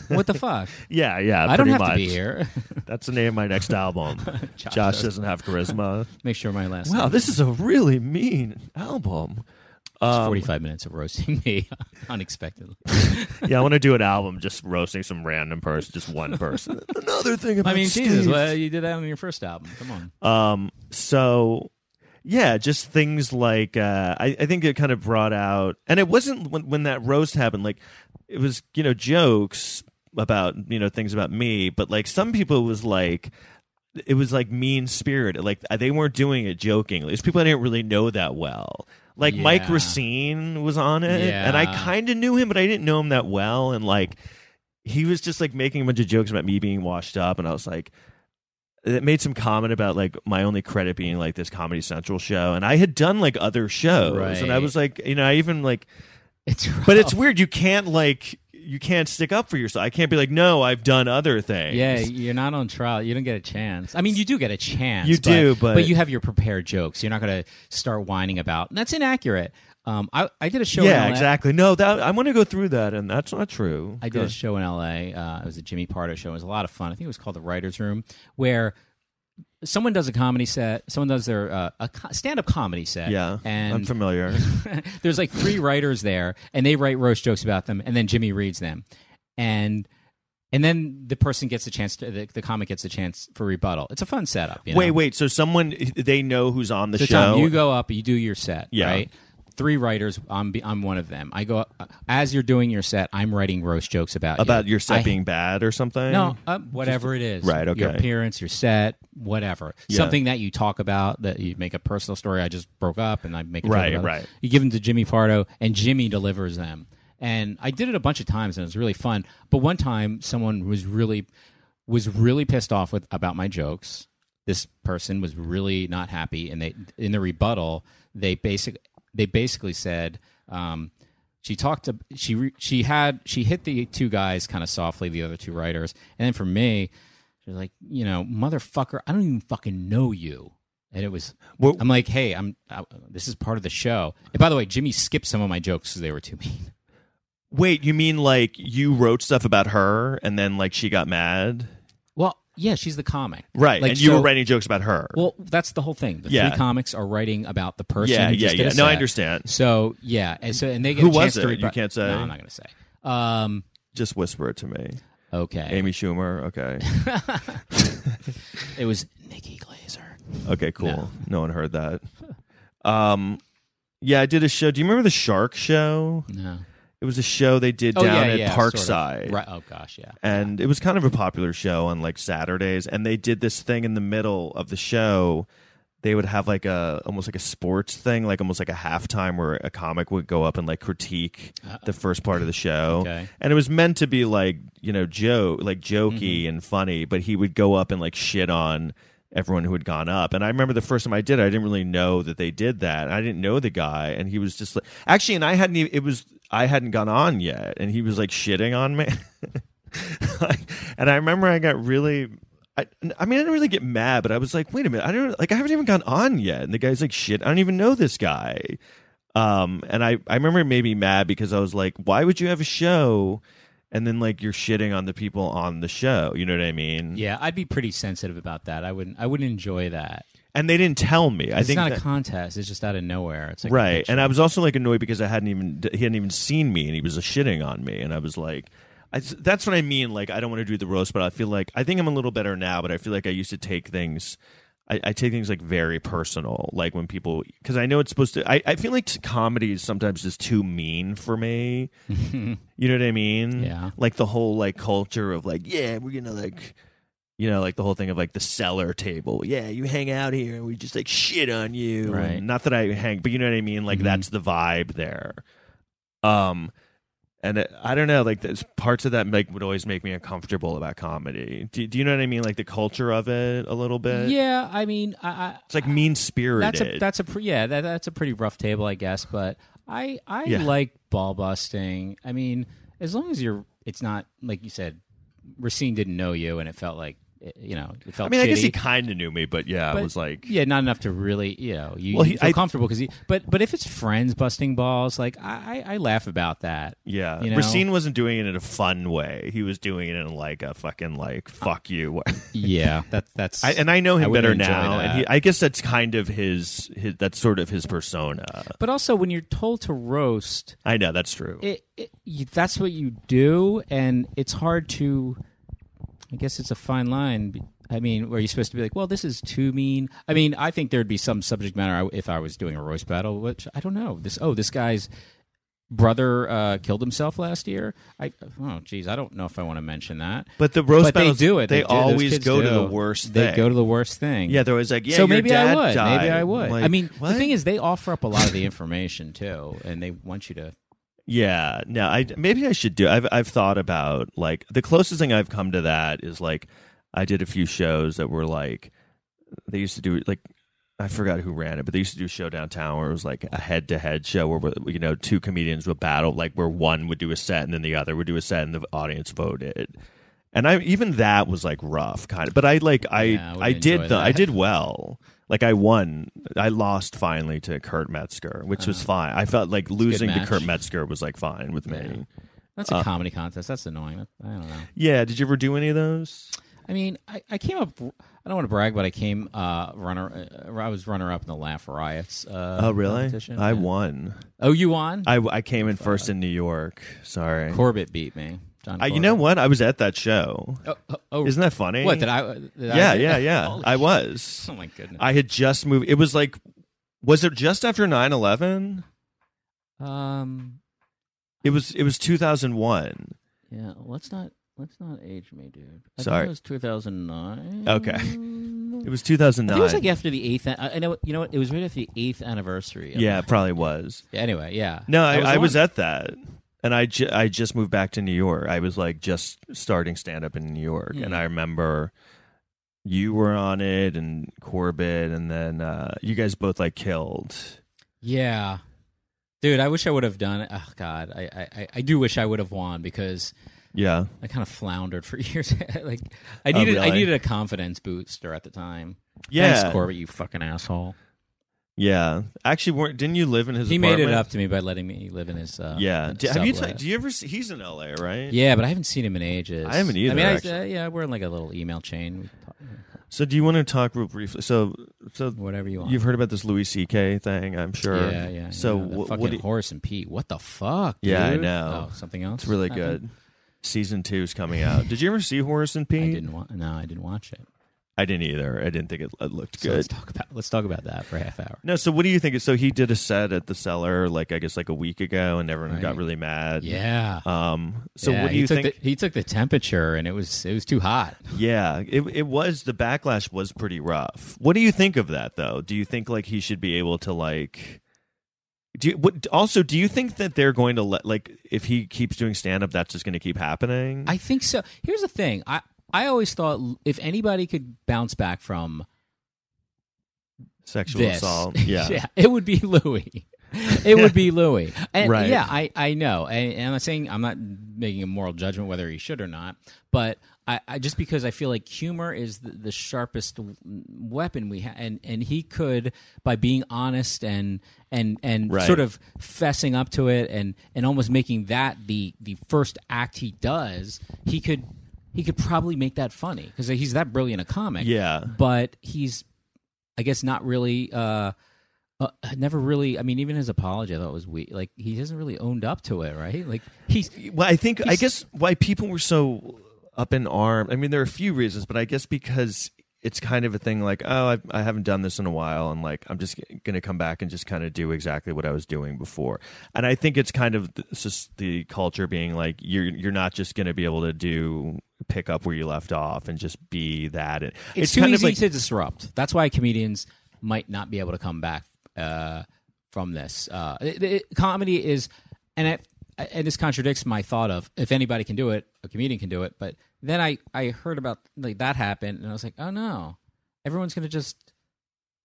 Speaker 3: what the fuck?
Speaker 2: yeah yeah
Speaker 3: I don't
Speaker 2: pretty
Speaker 3: have
Speaker 2: much.
Speaker 3: to be here.
Speaker 2: that's the name of my next album josh, doesn't have charisma
Speaker 3: Make sure my last
Speaker 2: wow this is a really mean album Um,
Speaker 3: It's 45 minutes of roasting me unexpectedly.
Speaker 2: yeah i want to do an album just roasting some random person just one person another thing about
Speaker 3: I mean,
Speaker 2: Steve.
Speaker 3: Jesus, well, you did that on your first album. Come on.
Speaker 2: Um, so yeah, just things like uh, I, I think it kind of brought out, and it wasn't when when that roast happened. Like it was, you know, jokes about you know things about me, but like some people was like. It was like mean spirited. Like uh, they weren't doing it jokingly. It's people I didn't really know that well. Like Mike
Speaker 3: Yeah.
Speaker 2: Racine was on it, and I
Speaker 3: Yeah.
Speaker 2: kind of knew him, but I didn't know him that well. And like he was just like making a bunch of jokes about me being washed up, and I was like, it made some comment about like my only credit being like this Comedy Central show, and I had done like other shows, and I
Speaker 3: Right.
Speaker 2: was like, you know, I even like, Oh.
Speaker 3: It's
Speaker 2: but it's
Speaker 3: rough.
Speaker 2: weird. You can't like, you can't stick up for yourself. I can't be like, no, I've done other things.
Speaker 3: yeah, you're not on trial. You don't get a chance. I mean, you do get a chance.
Speaker 2: You do, but-
Speaker 3: you have your prepared jokes. You're not going to start whining about. and that's inaccurate. Um, I I did a show. in
Speaker 2: yeah,
Speaker 3: LA.
Speaker 2: exactly. No, that I want to go through that, and that's not true.
Speaker 3: I did a show in LA. Uh, it was a Jimmy Pardo show. It was a lot of fun. I think it was called the Writers Room, where someone does a comedy set. Someone does their uh, a co- stand-up comedy set.
Speaker 2: yeah,
Speaker 3: and
Speaker 2: I'm familiar.
Speaker 3: there's like three writers there and they write roast jokes about them and then jimmy reads them and and then the person gets a chance to the, the comic gets a chance for rebuttal it's a fun setup you know?
Speaker 2: Wait, wait. So someone they know who's on the
Speaker 3: so
Speaker 2: show.
Speaker 3: Tom, you go up you do your set
Speaker 2: Yeah.
Speaker 3: right three writers i'm be- i'm one of them i go up, as you're doing your set i'm writing roast jokes about you.
Speaker 2: about your set
Speaker 3: I-
Speaker 2: being bad or something.
Speaker 3: no, uh, whatever it is.
Speaker 2: Right, okay.
Speaker 3: Your appearance, your set, whatever.
Speaker 2: Yeah.
Speaker 3: Something that you talk about that you make a personal story. I just broke up and I make a joke
Speaker 2: Right,
Speaker 3: about it.
Speaker 2: right.
Speaker 3: You give them to Jimmy Pardo, and Jimmy delivers them. and I did it a bunch of times, and it was really fun. But one time, someone was really was really pissed off with about my jokes. This person was really not happy, and they in the rebuttal they basic they basically said um, she talked to she re, she had she hit the two guys kind of softly, the other two writers, and then for me, she was like, you know, motherfucker, I don't even fucking know you. And it was,
Speaker 2: Well-
Speaker 3: I'm like, hey, I'm. I, this is part of the show. And by the way, Jimmy skipped some of my jokes because they were too mean.
Speaker 2: Wait, you mean like you wrote stuff about her and then like she got mad?
Speaker 3: Well, yeah, she's the comic,
Speaker 2: Right.
Speaker 3: Like,
Speaker 2: and you
Speaker 3: so-
Speaker 2: were writing jokes about her.
Speaker 3: Well, that's the whole thing. The
Speaker 2: Yeah.
Speaker 3: three comics are writing about the person.
Speaker 2: Yeah,
Speaker 3: who
Speaker 2: yeah,
Speaker 3: just did
Speaker 2: yeah.
Speaker 3: a
Speaker 2: No, I
Speaker 3: set.
Speaker 2: understand.
Speaker 3: So yeah, and so and they get
Speaker 2: Who
Speaker 3: a chance
Speaker 2: was
Speaker 3: to
Speaker 2: it? You
Speaker 3: repro-
Speaker 2: can't say.
Speaker 3: No, I'm not going to say. Um,
Speaker 2: Just whisper it to me.
Speaker 3: okay,
Speaker 2: Amy Schumer. Okay.
Speaker 3: it was Nikki Glazer.
Speaker 2: Okay, cool. No one heard that. Um, yeah, I did a show. Do you remember the Shark Show?
Speaker 3: No,
Speaker 2: It was a show they did down
Speaker 3: Oh, yeah,
Speaker 2: at
Speaker 3: yeah, sort of.
Speaker 2: Parkside.
Speaker 3: Right. Oh gosh, yeah.
Speaker 2: and it was kind of a popular show on like Saturdays and they did this thing in the middle of the show they would have like a almost like a sports thing like almost like a halftime where a comic would go up and like critique the first part of the show
Speaker 3: Okay.
Speaker 2: and it was meant to be like you know joke like jokey and funny but he would go up and like shit on everyone who had gone up and i remember the first time i did it i didn't really know that they did that i didn't know the guy and he was just like actually and i hadn't even it was i hadn't gone on yet and he was like shitting on me and I remember I got really. I, I mean, I didn't really get mad, but I was like, "Wait a minute! I don't like. I haven't even gone on yet." And the guy's like, "Shit! I don't even know this guy." Um, and I, I remember it made me mad because I was like, "Why would you have a show, and then like you're shitting on the people on the show?" You know what I mean?
Speaker 3: Yeah, I'd be pretty sensitive about that. I wouldn't. I wouldn't enjoy that.
Speaker 2: And they didn't tell me. I
Speaker 3: It's
Speaker 2: think
Speaker 3: not
Speaker 2: that-
Speaker 3: a contest. It's just out of nowhere. It's like a
Speaker 2: right.
Speaker 3: picture.
Speaker 2: And I was also like annoyed because I hadn't even he hadn't even seen me, and he was uh, shitting on me, and I was like. I, that's what I mean. Like, I don't want to do the roast, but I feel like I think I'm a little better now. But I feel like I used to take things, I, I take things like very personal. Like when people, because I know it's supposed to. I, I feel like comedy is sometimes just too mean for me. you know what I mean?
Speaker 3: Yeah.
Speaker 2: Like the whole like culture of like, yeah, we're gonna like, you know, like the whole thing of like the cellar table. Yeah, you hang out here and we just like shit on you.
Speaker 3: Right.
Speaker 2: And not that I hang, but you know what I mean. Like
Speaker 3: Mhm.
Speaker 2: that's the vibe there. Um, and it, I don't know, like there's parts of that make would always make me uncomfortable about comedy. Do, do you know what I mean? Like the culture of it a little bit.
Speaker 3: yeah, I mean, I, I,
Speaker 2: It's like mean spirited.
Speaker 3: that's a that's a pre- yeah that, that's a pretty rough table I guess but I I
Speaker 2: Yeah.
Speaker 3: like ball busting I mean as long as you're it's not like you said Racine didn't know you and it felt like it- you know it felt
Speaker 2: I mean, I guess he
Speaker 3: shitty,
Speaker 2: kind of knew me, but yeah,
Speaker 3: but
Speaker 2: it was like
Speaker 3: yeah not enough to really you know you,
Speaker 2: Well,
Speaker 3: you
Speaker 2: he-
Speaker 3: feel
Speaker 2: I-
Speaker 3: comfortable because he but but if it's friends busting balls like I I, I laugh about that
Speaker 2: Yeah,
Speaker 3: you know?
Speaker 2: Racine wasn't doing it in a fun way. He was doing it in like a fucking like fuck you. way.
Speaker 3: yeah that that's
Speaker 2: I, and I know him
Speaker 3: wouldn't
Speaker 2: better
Speaker 3: enjoy
Speaker 2: now, and he,
Speaker 3: that.
Speaker 2: I guess that's kind of his, his. That's sort of his persona.
Speaker 3: but also when you're told to roast
Speaker 2: I know that's true.
Speaker 3: it, it you, that's what you do, and it's hard to. I guess it's a fine line. be- I mean, where you're supposed to be like, well, this is too mean. I mean, I think there'd be some subject matter I, if I was doing a roast battle, which I don't know. This oh, this guy's brother uh, killed himself last year. I oh, geez, I don't know if I want to mention that.
Speaker 2: But the roast
Speaker 3: but
Speaker 2: battles,
Speaker 3: they do it.
Speaker 2: They,
Speaker 3: do. Those
Speaker 2: always
Speaker 3: kids
Speaker 2: go to
Speaker 3: do.
Speaker 2: the worst.
Speaker 3: They
Speaker 2: thing.
Speaker 3: go to the worst thing.
Speaker 2: yeah. They're always like, yeah,
Speaker 3: so
Speaker 2: your
Speaker 3: maybe I
Speaker 2: dad
Speaker 3: would.
Speaker 2: died.
Speaker 3: Maybe I would. I
Speaker 2: Like,
Speaker 3: mean,
Speaker 2: what?
Speaker 3: the thing is, they offer up a lot of the information too, and they want you to.
Speaker 2: Yeah, no, I maybe I should do. I've I've thought about like the closest thing I've come to that is like I did a few shows that were like they used to do like I forgot who ran it, but they used to do a show downtown where it was like a head to head show where you know two comedians would battle, like where one would do a set and then the other would do a set and the audience voted. And I even that was like rough kind of, but I like I
Speaker 3: Yeah, I would
Speaker 2: I did
Speaker 3: enjoy
Speaker 2: the I
Speaker 3: that.
Speaker 2: did well. Like I won, I lost finally to Kurt Metzger, which
Speaker 3: Uh-huh.
Speaker 2: was fine. I felt like losing to
Speaker 3: match.
Speaker 2: Kurt Metzger was like fine with me.
Speaker 3: That's a comedy contest. That's annoying. I don't know.
Speaker 2: Yeah. Did you ever do any of those?
Speaker 3: I mean, I, I came up. I don't want to brag, but I came uh, runner. Uh, I was runner up in the Laugh Riots. Uh, competition.
Speaker 2: I
Speaker 3: Yeah.
Speaker 2: won.
Speaker 3: Oh, you won.
Speaker 2: Oh, I, I came in first in New York. Sorry.
Speaker 3: Corbett beat me. John.
Speaker 2: I,
Speaker 3: Corbett.
Speaker 2: you know what? I was at that show.
Speaker 3: Oh, oh, oh,
Speaker 2: Isn't that funny?
Speaker 3: what did I? Did
Speaker 2: yeah,
Speaker 3: I,
Speaker 2: yeah, yeah.
Speaker 3: Holy
Speaker 2: I
Speaker 3: shit.
Speaker 2: was.
Speaker 3: Oh my goodness.
Speaker 2: I had just moved. It was like, was it just after 9 11?
Speaker 3: um.
Speaker 2: It was, it was 2001.
Speaker 3: Yeah. Let's not. Let's not age me, dude. I
Speaker 2: Sorry.
Speaker 3: Think it was 2009.
Speaker 2: Okay.
Speaker 3: I think
Speaker 2: It was
Speaker 3: it
Speaker 2: 2009.
Speaker 3: was like after the eighth. an- I I know. You know what? It was right after the eighth anniversary. of-
Speaker 2: yeah, it probably was.
Speaker 3: Anyway, yeah.
Speaker 2: No, I,
Speaker 3: That
Speaker 2: I was
Speaker 3: the one.
Speaker 2: at that. and I, ju- I just moved back to New York. I was like just starting stand up in New York,
Speaker 3: Mm-hmm.
Speaker 2: and I remember you were on it and Corbett, and then uh, you guys both like killed.
Speaker 3: Yeah. Dude, I wish I would have done it. Oh, God. I, I, I- I do wish I would have won because
Speaker 2: Yeah,
Speaker 3: I kind of floundered for years. like, I needed,
Speaker 2: Oh,
Speaker 3: I
Speaker 2: really?
Speaker 3: needed a confidence booster at the time.
Speaker 2: yeah,
Speaker 3: Thanks, Corbett, you fucking asshole.
Speaker 2: yeah. Actually, weren't didn't you live in his?
Speaker 3: he made it
Speaker 2: apartment?
Speaker 3: up to me by letting me live in his. Uh,
Speaker 2: Yeah.
Speaker 3: uh,
Speaker 2: Do, have you?
Speaker 3: sublet.
Speaker 2: T- do you ever? See, he's in L.A. Right?
Speaker 3: yeah, but I haven't seen him in ages.
Speaker 2: I haven't either,
Speaker 3: I mean, I,
Speaker 2: actually.
Speaker 3: uh, yeah, we're in like a little email chain. We talk-
Speaker 2: So do you want to talk real briefly? So so
Speaker 3: Whatever you want.
Speaker 2: you've heard about this Louis C.K. thing, I'm sure.
Speaker 3: Yeah, yeah.
Speaker 2: So
Speaker 3: yeah, the
Speaker 2: wh-
Speaker 3: fucking
Speaker 2: what? do you-
Speaker 3: Horace and Pete. What the fuck?
Speaker 2: Yeah, I
Speaker 3: dude?
Speaker 2: know.
Speaker 3: Oh, something else.
Speaker 2: it's really
Speaker 3: happened?
Speaker 2: good. Season two is coming out. Did you ever see Horace and Pete?
Speaker 3: I didn't want. No, I didn't watch it.
Speaker 2: I didn't either. I didn't think it, it looked
Speaker 3: So
Speaker 2: good.
Speaker 3: let's talk about let's talk about that for a half hour.
Speaker 2: No. So what do you think? So he did a set at the cellar, like I guess like a week ago, and everyone got
Speaker 3: Right.
Speaker 2: really mad.
Speaker 3: Yeah.
Speaker 2: Um. So
Speaker 3: Yeah,
Speaker 2: what do
Speaker 3: he
Speaker 2: you
Speaker 3: took
Speaker 2: think?
Speaker 3: The, he took the temperature, and it was it was too hot.
Speaker 2: Yeah, it it was the backlash was pretty rough. What do you think of that though? Do you think like he should be able to like do you, what also do you think that they're going to let like if he keeps doing stand up that's just going to keep happening?
Speaker 3: I think so. Here's the thing. I I always thought if anybody could bounce back from
Speaker 2: Sexual
Speaker 3: this,
Speaker 2: assault. Yeah.
Speaker 3: it would be Louis. It would be Louis. And
Speaker 2: Right.
Speaker 3: Yeah, I I know, and, and I'm not saying I'm not making a moral judgment whether he should or not, but. I, I just because I feel like humor is the, the sharpest w- weapon we have, and, and he could by being honest and and and
Speaker 2: Right.
Speaker 3: sort of fessing up to it and and almost making that the the first act he does, he could he could probably make that funny because he's that brilliant a comic
Speaker 2: Yeah.
Speaker 3: but he's i guess not really uh, uh never really i mean even his apology i thought was weak like he hasn't really owned up to it right like he's
Speaker 2: Well, I think I guess why people were so up in arms. I mean, there are a few reasons, but I guess because it's kind of a thing like, oh, I, I haven't done this in a while, and like I'm just going to come back and just kind of do exactly what I was doing before. And I think it's kind of th- it's just the culture being like, you're you're not just going to be able to do pick up where you left off and just be that. It's,
Speaker 3: it's, too
Speaker 2: kind
Speaker 3: easy
Speaker 2: of like
Speaker 3: to disrupt that's why comedians might not be able to come back uh from this uh it, it- comedy is and it and this contradicts my thought of if anybody can do it a comedian can do it but then i i heard about like that happened and i was like oh no everyone's gonna just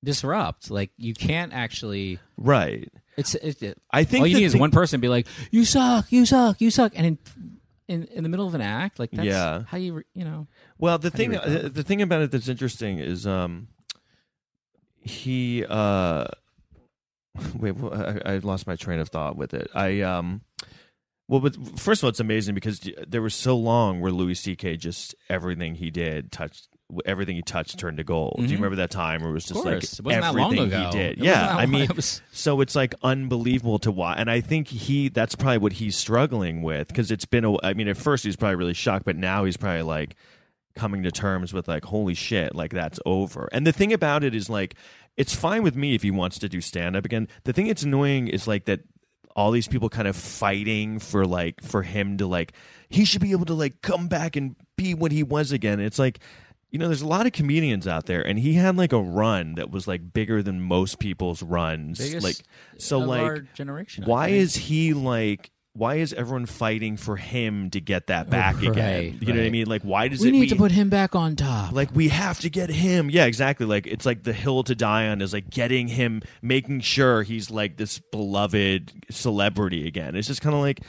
Speaker 3: disrupt like you can't actually
Speaker 2: right.
Speaker 3: It's it, it-
Speaker 2: I think
Speaker 3: all you
Speaker 2: the
Speaker 3: need is
Speaker 2: thing-
Speaker 3: one person be like, "You suck, you suck, you suck," and in in, in the middle of an act, like that's
Speaker 2: Yeah.
Speaker 3: how you re- you know.
Speaker 2: Well, the thing uh,
Speaker 3: you read
Speaker 2: the, the thing about it that's interesting is um he uh wait wha- I, I lost my train of thought with it. I um well, but first of all, it's amazing because there was so long where Louis C.K. just everything he did touched everything he touched turned to gold. Do you remember that time where it was just like
Speaker 3: Mm-hmm. course. It wasn't that long
Speaker 2: everything
Speaker 3: ago.
Speaker 2: he did?
Speaker 3: It wasn't
Speaker 2: yeah,
Speaker 3: that
Speaker 2: I
Speaker 3: long.
Speaker 2: mean,
Speaker 3: It was-
Speaker 2: so it's like unbelievable to watch, and I think he—that's probably what he's struggling with because it's been. A, I mean, at first he's probably really shocked, but now he's probably like coming to terms with like, holy shit, like that's over. And the thing about it is like, it's fine with me if he wants to do stand up again. The thing that's annoying is like that all these people kind of fighting for like for him to like he should be able to like come back and be what he was again. It's like you know, there's a lot of comedians out there, and he had like a run that was like bigger than most people's runs.
Speaker 3: Biggest
Speaker 2: like, so
Speaker 3: of
Speaker 2: like,
Speaker 3: our generation, I
Speaker 2: why
Speaker 3: think.
Speaker 2: is he like? Why is everyone fighting for him to get that back
Speaker 3: Oh, Right,
Speaker 2: again? You know what I
Speaker 3: right.
Speaker 2: mean? Like, why does
Speaker 3: we
Speaker 2: it
Speaker 3: need to
Speaker 2: mean-
Speaker 3: put him back on top?
Speaker 2: like we have to get him yeah exactly like it's like the hill to die on is like getting him making sure he's like this beloved celebrity again it's just kind of like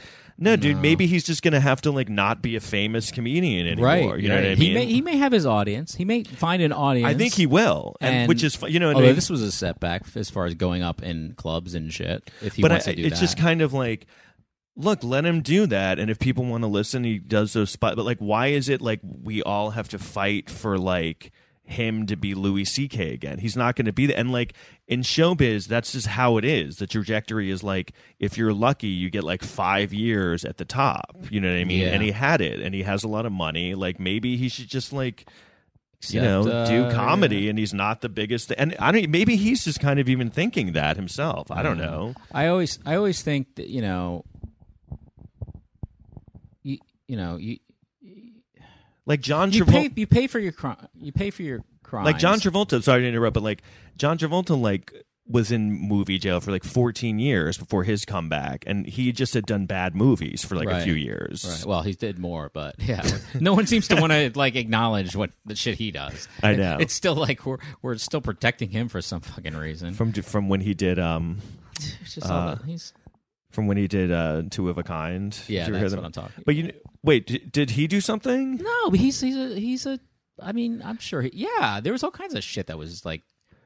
Speaker 2: no, dude maybe he's just gonna have to like not be a famous comedian anymore you know
Speaker 3: right.
Speaker 2: what i mean
Speaker 3: He may he may have his audience. He may find an
Speaker 2: i
Speaker 3: audience.
Speaker 2: think he will and, which is fu- you know what I
Speaker 3: although
Speaker 2: mean?
Speaker 3: this was a setback as far as going up in clubs and shit. If he
Speaker 2: but
Speaker 3: wants
Speaker 2: I,
Speaker 3: to do
Speaker 2: it's
Speaker 3: that,
Speaker 2: just kind of like look let him do that and if people want to listen he does those spots but like why is it like we all have to fight for like him to be louis ck again he's not going to be that and like in showbiz that's just how it is the trajectory is like if you're lucky you get like five years at the top you know what i mean
Speaker 3: Yeah.
Speaker 2: and he had it and he has a lot of money like maybe he should just like you
Speaker 3: Except,
Speaker 2: know
Speaker 3: uh,
Speaker 2: do comedy and he's not the biggest and i don't maybe he's just kind of even thinking that himself i don't
Speaker 3: Mm.
Speaker 2: know
Speaker 3: I always I always think that you know you, you know you
Speaker 2: like john
Speaker 3: you
Speaker 2: travolta
Speaker 3: pay you pay for your crime you pay for your crimes
Speaker 2: like John Travolta. Sorry to interrupt, but like John Travolta, like was in movie jail for like 14 years before his comeback, and he just had done bad movies for like a
Speaker 3: Right.
Speaker 2: few years.
Speaker 3: Right. Well, he did more, but yeah, no one seems to want to like acknowledge what the shit he does.
Speaker 2: I know.
Speaker 3: It's still like we're we're still protecting him for some fucking reason.
Speaker 2: From from when he did um
Speaker 3: It's just
Speaker 2: uh,
Speaker 3: all the- he's-
Speaker 2: from when he did uh Two of a Kind. Did
Speaker 3: Yeah,
Speaker 2: you hear
Speaker 3: that's
Speaker 2: them?
Speaker 3: what I'm talking
Speaker 2: But you wait, did, did he do something?
Speaker 3: no, but he's he's a he's a. I mean, I'm sure. He, yeah, there was all kinds of shit that was like.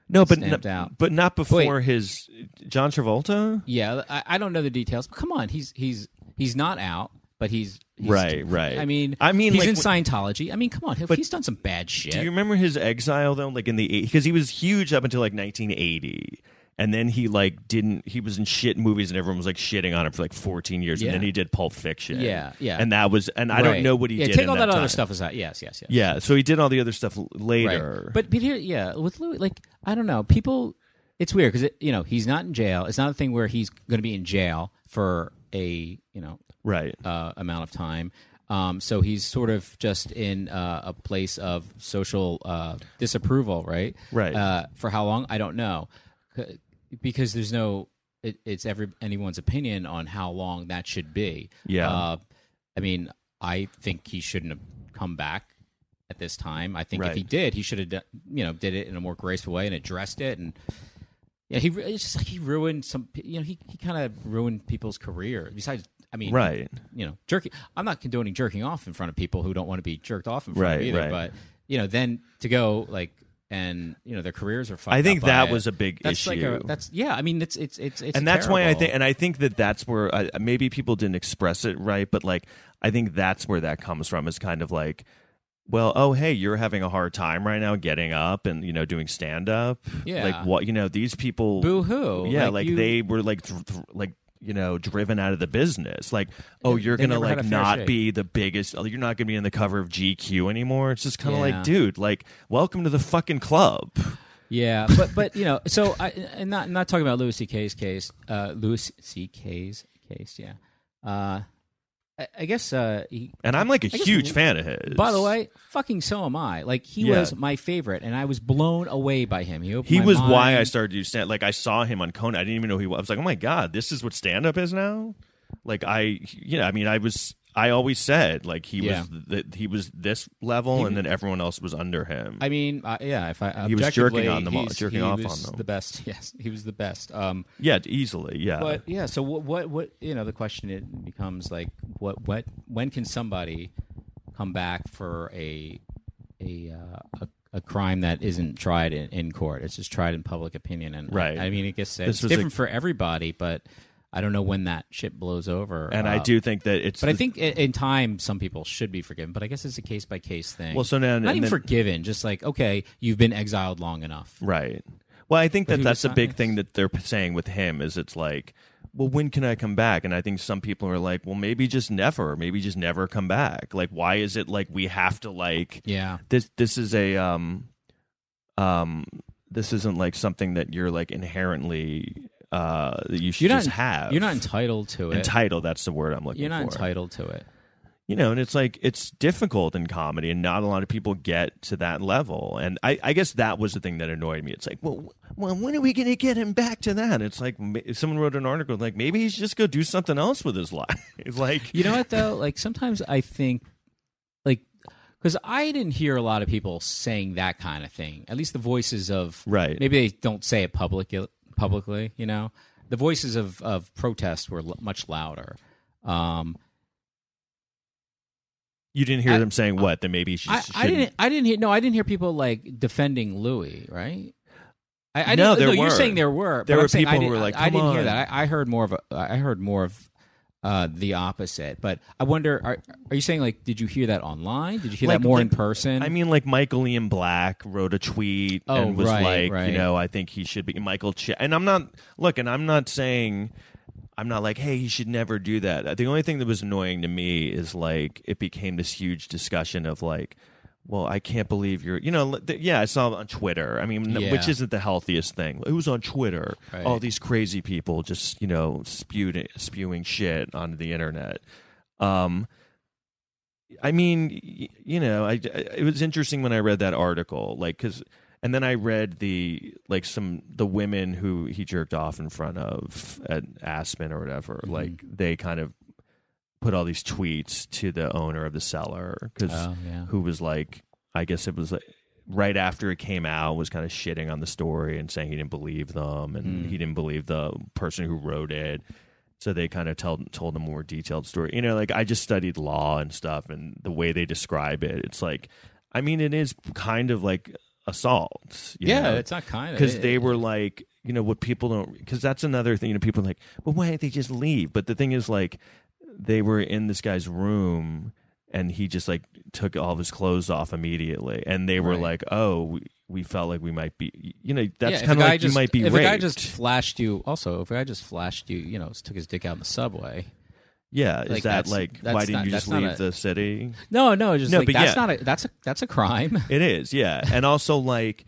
Speaker 2: No, but
Speaker 3: Stamped
Speaker 2: no-
Speaker 3: out.
Speaker 2: but not before his John Travolta.
Speaker 3: Yeah, I, I don't know the details, but come on, he's he's he's not out, but he's, he's
Speaker 2: Right, right.
Speaker 3: I mean,
Speaker 2: I mean,
Speaker 3: he's
Speaker 2: like,
Speaker 3: in
Speaker 2: wh-
Speaker 3: Scientology. I mean, come on, he- he's done some bad shit.
Speaker 2: Do you remember his exile though? Like in the because he was huge up until like 1980, and then he like didn't. He was in shit movies, and everyone was like shitting on him for like 14 years,
Speaker 3: Yeah.
Speaker 2: and then he did Pulp Fiction.
Speaker 3: Yeah, yeah.
Speaker 2: And that was, and I don't
Speaker 3: Right.
Speaker 2: know what he
Speaker 3: yeah,
Speaker 2: did.
Speaker 3: Take
Speaker 2: in
Speaker 3: all
Speaker 2: that,
Speaker 3: that, other
Speaker 2: time.
Speaker 3: stuff aside. Yes, yes, yes.
Speaker 2: Yeah, so he did all the other stuff l-
Speaker 3: Right.
Speaker 2: later.
Speaker 3: But but here, yeah, with Louis, like I don't know, people. It's weird because it, you know he's not in jail. It's not a thing where he's going to be in jail for a you know
Speaker 2: right,
Speaker 3: uh, amount of time. Um, so he's sort of just in uh, a place of social uh, disapproval, right?
Speaker 2: Right.
Speaker 3: Uh, for how long? I don't know, C- because there's no. It, it's every anyone's opinion on how long that should be.
Speaker 2: Yeah.
Speaker 3: Uh, I mean, I think he shouldn't have come back at this time. I think if
Speaker 2: Right.
Speaker 3: he did, he should have done, you know did it in a more graceful way and addressed it and yeah, he re- it's just like he ruined some. You know, he, he kind of ruined people's career. Besides, I mean,
Speaker 2: Right.
Speaker 3: You know, jerking. I'm not condoning jerking off in front of people who don't want to be jerked off in front of
Speaker 2: Right,
Speaker 3: either.
Speaker 2: right.
Speaker 3: But you know, then to go like and you know their careers are. Fucked
Speaker 2: I think
Speaker 3: up
Speaker 2: that
Speaker 3: by
Speaker 2: was
Speaker 3: it.
Speaker 2: a big
Speaker 3: that's Like
Speaker 2: issue.
Speaker 3: a, that's yeah. I mean, it's it's it's, it's
Speaker 2: and that's why I
Speaker 3: terrible.
Speaker 2: think, and I think that that's where I, maybe people didn't express it right, but like I think that's where that comes from is kind of like, well, oh hey, you're having a hard time right now getting up and you know doing stand up,
Speaker 3: Yeah.
Speaker 2: like what you know these people,
Speaker 3: boo hoo.
Speaker 2: yeah, like,
Speaker 3: you-
Speaker 2: they were like thr- thr- like you know driven out of the business, like oh
Speaker 3: They-
Speaker 2: you're
Speaker 3: they
Speaker 2: gonna
Speaker 3: never had
Speaker 2: like
Speaker 3: a fair
Speaker 2: not
Speaker 3: shake.
Speaker 2: be the biggest, oh, you're not gonna be in the cover of GQ anymore. It's just kind of
Speaker 3: Yeah.
Speaker 2: like, dude, like welcome to the fucking club,
Speaker 3: Yeah, but but you know, so I and not not talking about Louis C.K.'s case, uh, Louis C.K.'s case, yeah. Uh, I, I guess uh, he,
Speaker 2: and I'm like a
Speaker 3: I guess-
Speaker 2: huge fan of his.
Speaker 3: By the way, fucking so am I. Like he
Speaker 2: Yeah.
Speaker 3: was my favorite, and I was blown away by him. He, opened
Speaker 2: He
Speaker 3: my
Speaker 2: was why
Speaker 3: mind.
Speaker 2: I started to do stand. Like I saw him on Conan. I didn't even know who he was. I was like, oh my god, this is what stand up is now. Like I, you know, I mean, I was. I always said like he
Speaker 3: Yeah.
Speaker 2: was th- he was this level, and then everyone else was under him.
Speaker 3: I mean, uh, yeah. If I
Speaker 2: He was jerking
Speaker 3: objectively,
Speaker 2: on them all-
Speaker 3: he's-
Speaker 2: jerking
Speaker 3: he
Speaker 2: off on
Speaker 3: was
Speaker 2: them.
Speaker 3: The best, yes, he was the best. Um,
Speaker 2: yeah, easily. Yeah,
Speaker 3: but yeah. So what? What? What? You know, the question it becomes like, what? What? When can somebody come back for a a uh, a, a crime that isn't tried in, in court? It's just tried in public opinion, and
Speaker 2: Right.
Speaker 3: I, mean, I guess
Speaker 2: This
Speaker 3: it's
Speaker 2: was a-
Speaker 3: different for everybody, but I don't know when that shit blows over.
Speaker 2: and I
Speaker 3: Uh,
Speaker 2: do think that it's.
Speaker 3: But I
Speaker 2: the-
Speaker 3: think i- in time, some people should be forgiven. But I guess it's a case by case thing.
Speaker 2: Well, so now-
Speaker 3: not
Speaker 2: and
Speaker 3: even
Speaker 2: then-
Speaker 3: forgiven, just like okay, you've been exiled long enough.
Speaker 2: Right. Well, I think that
Speaker 3: he
Speaker 2: that's
Speaker 3: was
Speaker 2: a
Speaker 3: not
Speaker 2: big
Speaker 3: nice.
Speaker 2: thing that they're p- saying with him is it's like, well, when can I come back? And I think some people are like, well, maybe just never, maybe just never come back. Like, why is it like we have to like
Speaker 3: Yeah,
Speaker 2: this? This is a um, um, this isn't like something that you're like inherently uh that you should
Speaker 3: you're
Speaker 2: just
Speaker 3: not
Speaker 2: have.
Speaker 3: You're not entitled to it.
Speaker 2: entitled. That's the word I'm looking.
Speaker 3: you're not
Speaker 2: for
Speaker 3: entitled to it.
Speaker 2: you know and it's like it's difficult in comedy and not a lot of people get to that level and i, I guess that was the thing that annoyed me it's like well, wh- well when are we going to get him back to that it's like ma- someone wrote an article like maybe he should just go do something else with his life It's like
Speaker 3: You know what though? Like sometimes I think, like, because I didn't hear a lot of people saying that kind of thing. At least the voices of
Speaker 2: Right.
Speaker 3: Maybe they don't say it public, publicly. You know, the voices of of protest were l- much louder. Um,
Speaker 2: you didn't hear
Speaker 3: I-
Speaker 2: them saying what then maybe he should,
Speaker 3: I, I
Speaker 2: shouldn't-
Speaker 3: didn't. I didn't hear. No, I didn't hear people like defending Louis. Right. I, I
Speaker 2: No,
Speaker 3: didn't,
Speaker 2: there
Speaker 3: You're
Speaker 2: were.
Speaker 3: saying there were.
Speaker 2: There were
Speaker 3: but I'm saying I
Speaker 2: people who
Speaker 3: didn't-
Speaker 2: were like,
Speaker 3: I, I
Speaker 2: "Come
Speaker 3: didn't hear
Speaker 2: on."
Speaker 3: that. I, I heard more of. A, I heard more of uh, the opposite. But I wonder. Are, are you saying like? Did you hear that online? Did you hear
Speaker 2: Like,
Speaker 3: that more
Speaker 2: like-
Speaker 3: in person?
Speaker 2: I mean, like Michael Ian Black wrote a tweet
Speaker 3: Oh,
Speaker 2: and was
Speaker 3: right,
Speaker 2: like,
Speaker 3: right.
Speaker 2: you know, I think he should be Michael. Ch-. And I'm not look, and I'm not saying, I'm not like, hey, he should never do that. Uh, The only thing that was annoying to me is like it became this huge discussion of like. Well, I can't believe you're. You know, th- yeah, I saw on Twitter. I mean,
Speaker 3: Yeah.
Speaker 2: which isn't the healthiest thing. It was on Twitter.
Speaker 3: Right.
Speaker 2: All these crazy people just, you know, spewed, spewing shit onto the internet. Um, I mean, y- you know, I, I- it was interesting when I read that article, like because And then I read the like some the women who he jerked off in front of at Aspen or whatever. Like they kind of put all these tweets to the owner of the seller because
Speaker 3: Oh, yeah.
Speaker 2: who was like, I guess it was like right after it came out was kind of shitting on the story and saying he didn't believe them
Speaker 3: Hmm.
Speaker 2: and he didn't believe the person who wrote it. So they kind of told told a more detailed story. You know, like I just studied law and stuff, and the way they describe it, it's like, I mean, it is kind of like assault. you
Speaker 3: yeah,
Speaker 2: know?
Speaker 3: it's not kind of
Speaker 2: because they were like you know what people don't because that's another thing you know people are like well why didn't they just leave but the thing is like they were in this guy's room and he just like took all of his clothes off immediately and they were
Speaker 3: Right.
Speaker 2: like oh we, we felt like we might be you know
Speaker 3: Yeah,
Speaker 2: that's
Speaker 3: if a
Speaker 2: kind of
Speaker 3: guy
Speaker 2: like
Speaker 3: just-
Speaker 2: you might be
Speaker 3: If a
Speaker 2: raped
Speaker 3: guy just flashed you, also if a guy just flashed you, you know, took his dick out in the subway.
Speaker 2: yeah
Speaker 3: like,
Speaker 2: is that
Speaker 3: that's-
Speaker 2: like
Speaker 3: that's
Speaker 2: why didn't
Speaker 3: not-
Speaker 2: you just
Speaker 3: that's not
Speaker 2: leave
Speaker 3: a-
Speaker 2: the city
Speaker 3: No, no, just
Speaker 2: No,
Speaker 3: like
Speaker 2: but
Speaker 3: that's
Speaker 2: yeah.
Speaker 3: not a that's a that's a crime.
Speaker 2: It is, yeah, and also like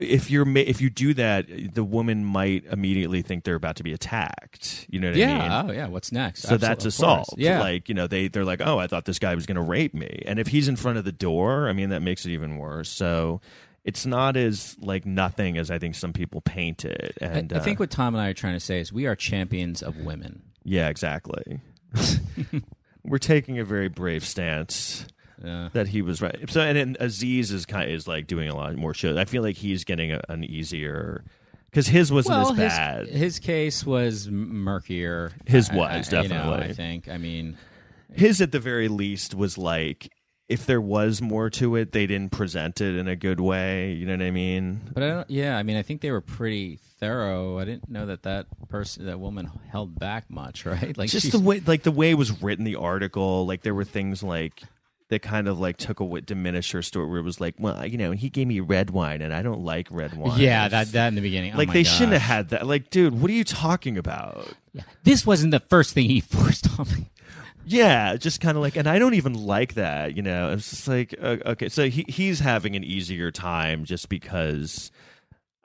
Speaker 2: if you're ma- if you do that, the woman might immediately think they're about to be attacked. You know what I mean?
Speaker 3: yeah. Oh yeah. What's next?
Speaker 2: So
Speaker 3: Absolute-
Speaker 2: that's
Speaker 3: of course.
Speaker 2: assault.
Speaker 3: Yeah.
Speaker 2: Like, you know, they they're like, "Oh, I thought this guy was going to rape me." And if he's in front of the door, I mean, that makes it even worse. So it's not as like nothing as I think some people paint it.
Speaker 3: I,
Speaker 2: And
Speaker 3: I
Speaker 2: uh,
Speaker 3: think what Tom and I are trying to say is we are champions of women.
Speaker 2: yeah, exactly. We're taking a very brave stance
Speaker 3: Yeah.
Speaker 2: that he was right. So and, then Aziz is kind is like doing a lot more shows. I feel like he's getting a, an easier because his wasn't
Speaker 3: Well,
Speaker 2: as
Speaker 3: his,
Speaker 2: bad.
Speaker 3: his case was m- murkier.
Speaker 2: His
Speaker 3: I-
Speaker 2: was,
Speaker 3: I- you know, I
Speaker 2: definitely.
Speaker 3: think. I mean,
Speaker 2: his at the very least was like if there was more to it they didn't present it in a good way you know what i mean
Speaker 3: but I don't. Yeah, I mean, I think they were pretty thorough. I didn't know that that person, that woman, held back much. Right? Like
Speaker 2: just
Speaker 3: she's-
Speaker 2: the way like the way it was written the article like there were things like that kind of like took away diminished her story where it was like well you know and he gave me red wine and i don't like red wine
Speaker 3: Yeah, that oh that in the beginning.
Speaker 2: like they shouldn't have had that like dude what are you talking about
Speaker 3: This wasn't the first thing he forced on me.
Speaker 2: yeah just kind of like and i don't even like that you know it's just like uh, okay so he, he's having an easier time just because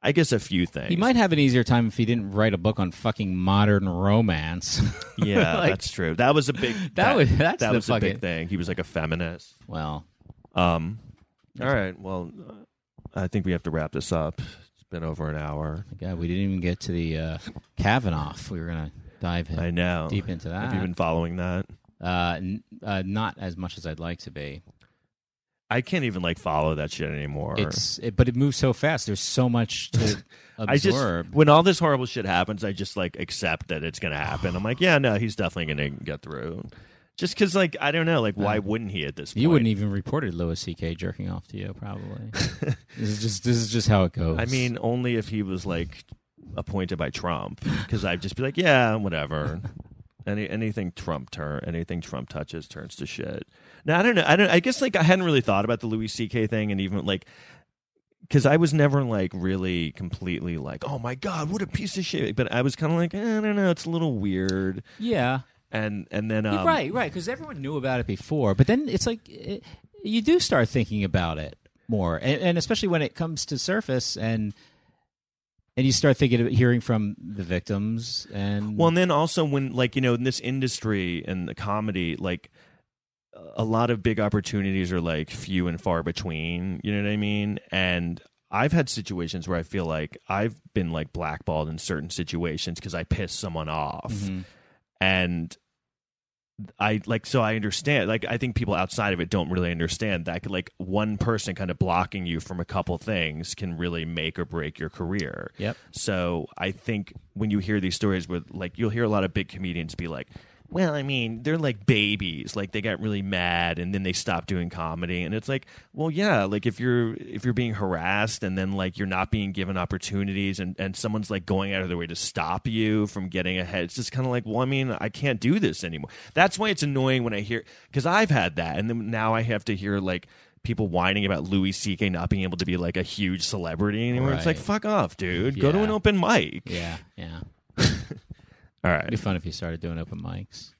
Speaker 2: i guess a few things
Speaker 3: He might have an easier time if he didn't write a book on fucking modern romance.
Speaker 2: Yeah,
Speaker 3: Like-
Speaker 2: that's true. That was a big that,
Speaker 3: was- that's
Speaker 2: that
Speaker 3: the
Speaker 2: was a
Speaker 3: fucking-
Speaker 2: big thing. He was like a feminist.
Speaker 3: well,
Speaker 2: Um, all right. Well, I think we have to wrap this up. It's been over an hour.
Speaker 3: God, we didn't even get to the uh, Kavanaugh. We were gonna dive in.
Speaker 2: I know.
Speaker 3: Deep into that.
Speaker 2: Have you been following that?
Speaker 3: Uh, n- uh, not as much as I'd like to be.
Speaker 2: I can't even like follow that shit anymore.
Speaker 3: It's it, but it moves so fast. There's so much to
Speaker 2: I just
Speaker 3: absorb.
Speaker 2: when all this horrible shit happens, I just like accept that it's gonna happen. I'm like, yeah, no, he's definitely gonna get through. Just because, like, I don't know, like, why wouldn't he at this point?
Speaker 3: you wouldn't even reported Louis C.K. jerking off to you, probably. this is just this is just how it goes.
Speaker 2: I mean, only if he was like appointed by Trump, because I'd just be like, yeah, whatever. Any anything Trump turn anything Trump touches turns to shit. Now I don't know. I don't. I guess like I hadn't really thought about the Louis C.K. thing, and even like because I was never like really completely like, oh my god, what a piece of shit. But I was kind of like, eh, I don't know, it's a little weird.
Speaker 3: yeah,
Speaker 2: And and then um,
Speaker 3: right, right, because everyone knew about it before. But then it's like it, you do start thinking about it more, and, and especially when it comes to surface and. And you start thinking, of hearing from the victims, and
Speaker 2: Well, and then also when like you know in this industry and the comedy, like a lot of big opportunities are like few and far between. You know what I mean? And I've had situations where I feel like I've been like blackballed in certain situations because I pissed someone off,
Speaker 3: Mhm.
Speaker 2: and I like so I understand. Like I think people outside of it don't really understand that. Like one person kind of blocking you from a couple things can really make or break your career.
Speaker 3: Yep.
Speaker 2: So I think when you hear these stories with like you'll hear a lot of big comedians be like, Well, I mean, they're like babies. Like they got really mad and then they stopped doing comedy. And it's like, well yeah, like if you're if you're being harassed and then like you're not being given opportunities and, and someone's like going out of their way to stop you from getting ahead, it's just kinda like, Well, I mean, I can't do this anymore. That's why it's annoying when I hear because I've had that and then now I have to hear like people whining about Louis C.K. not being able to be like a huge celebrity anymore. It's like,
Speaker 3: Right.
Speaker 2: fuck off, dude. Go to
Speaker 3: Yeah.
Speaker 2: an open mic.
Speaker 3: yeah, yeah.
Speaker 2: All
Speaker 3: It'd be
Speaker 2: right.
Speaker 3: fun if you started doing open mics.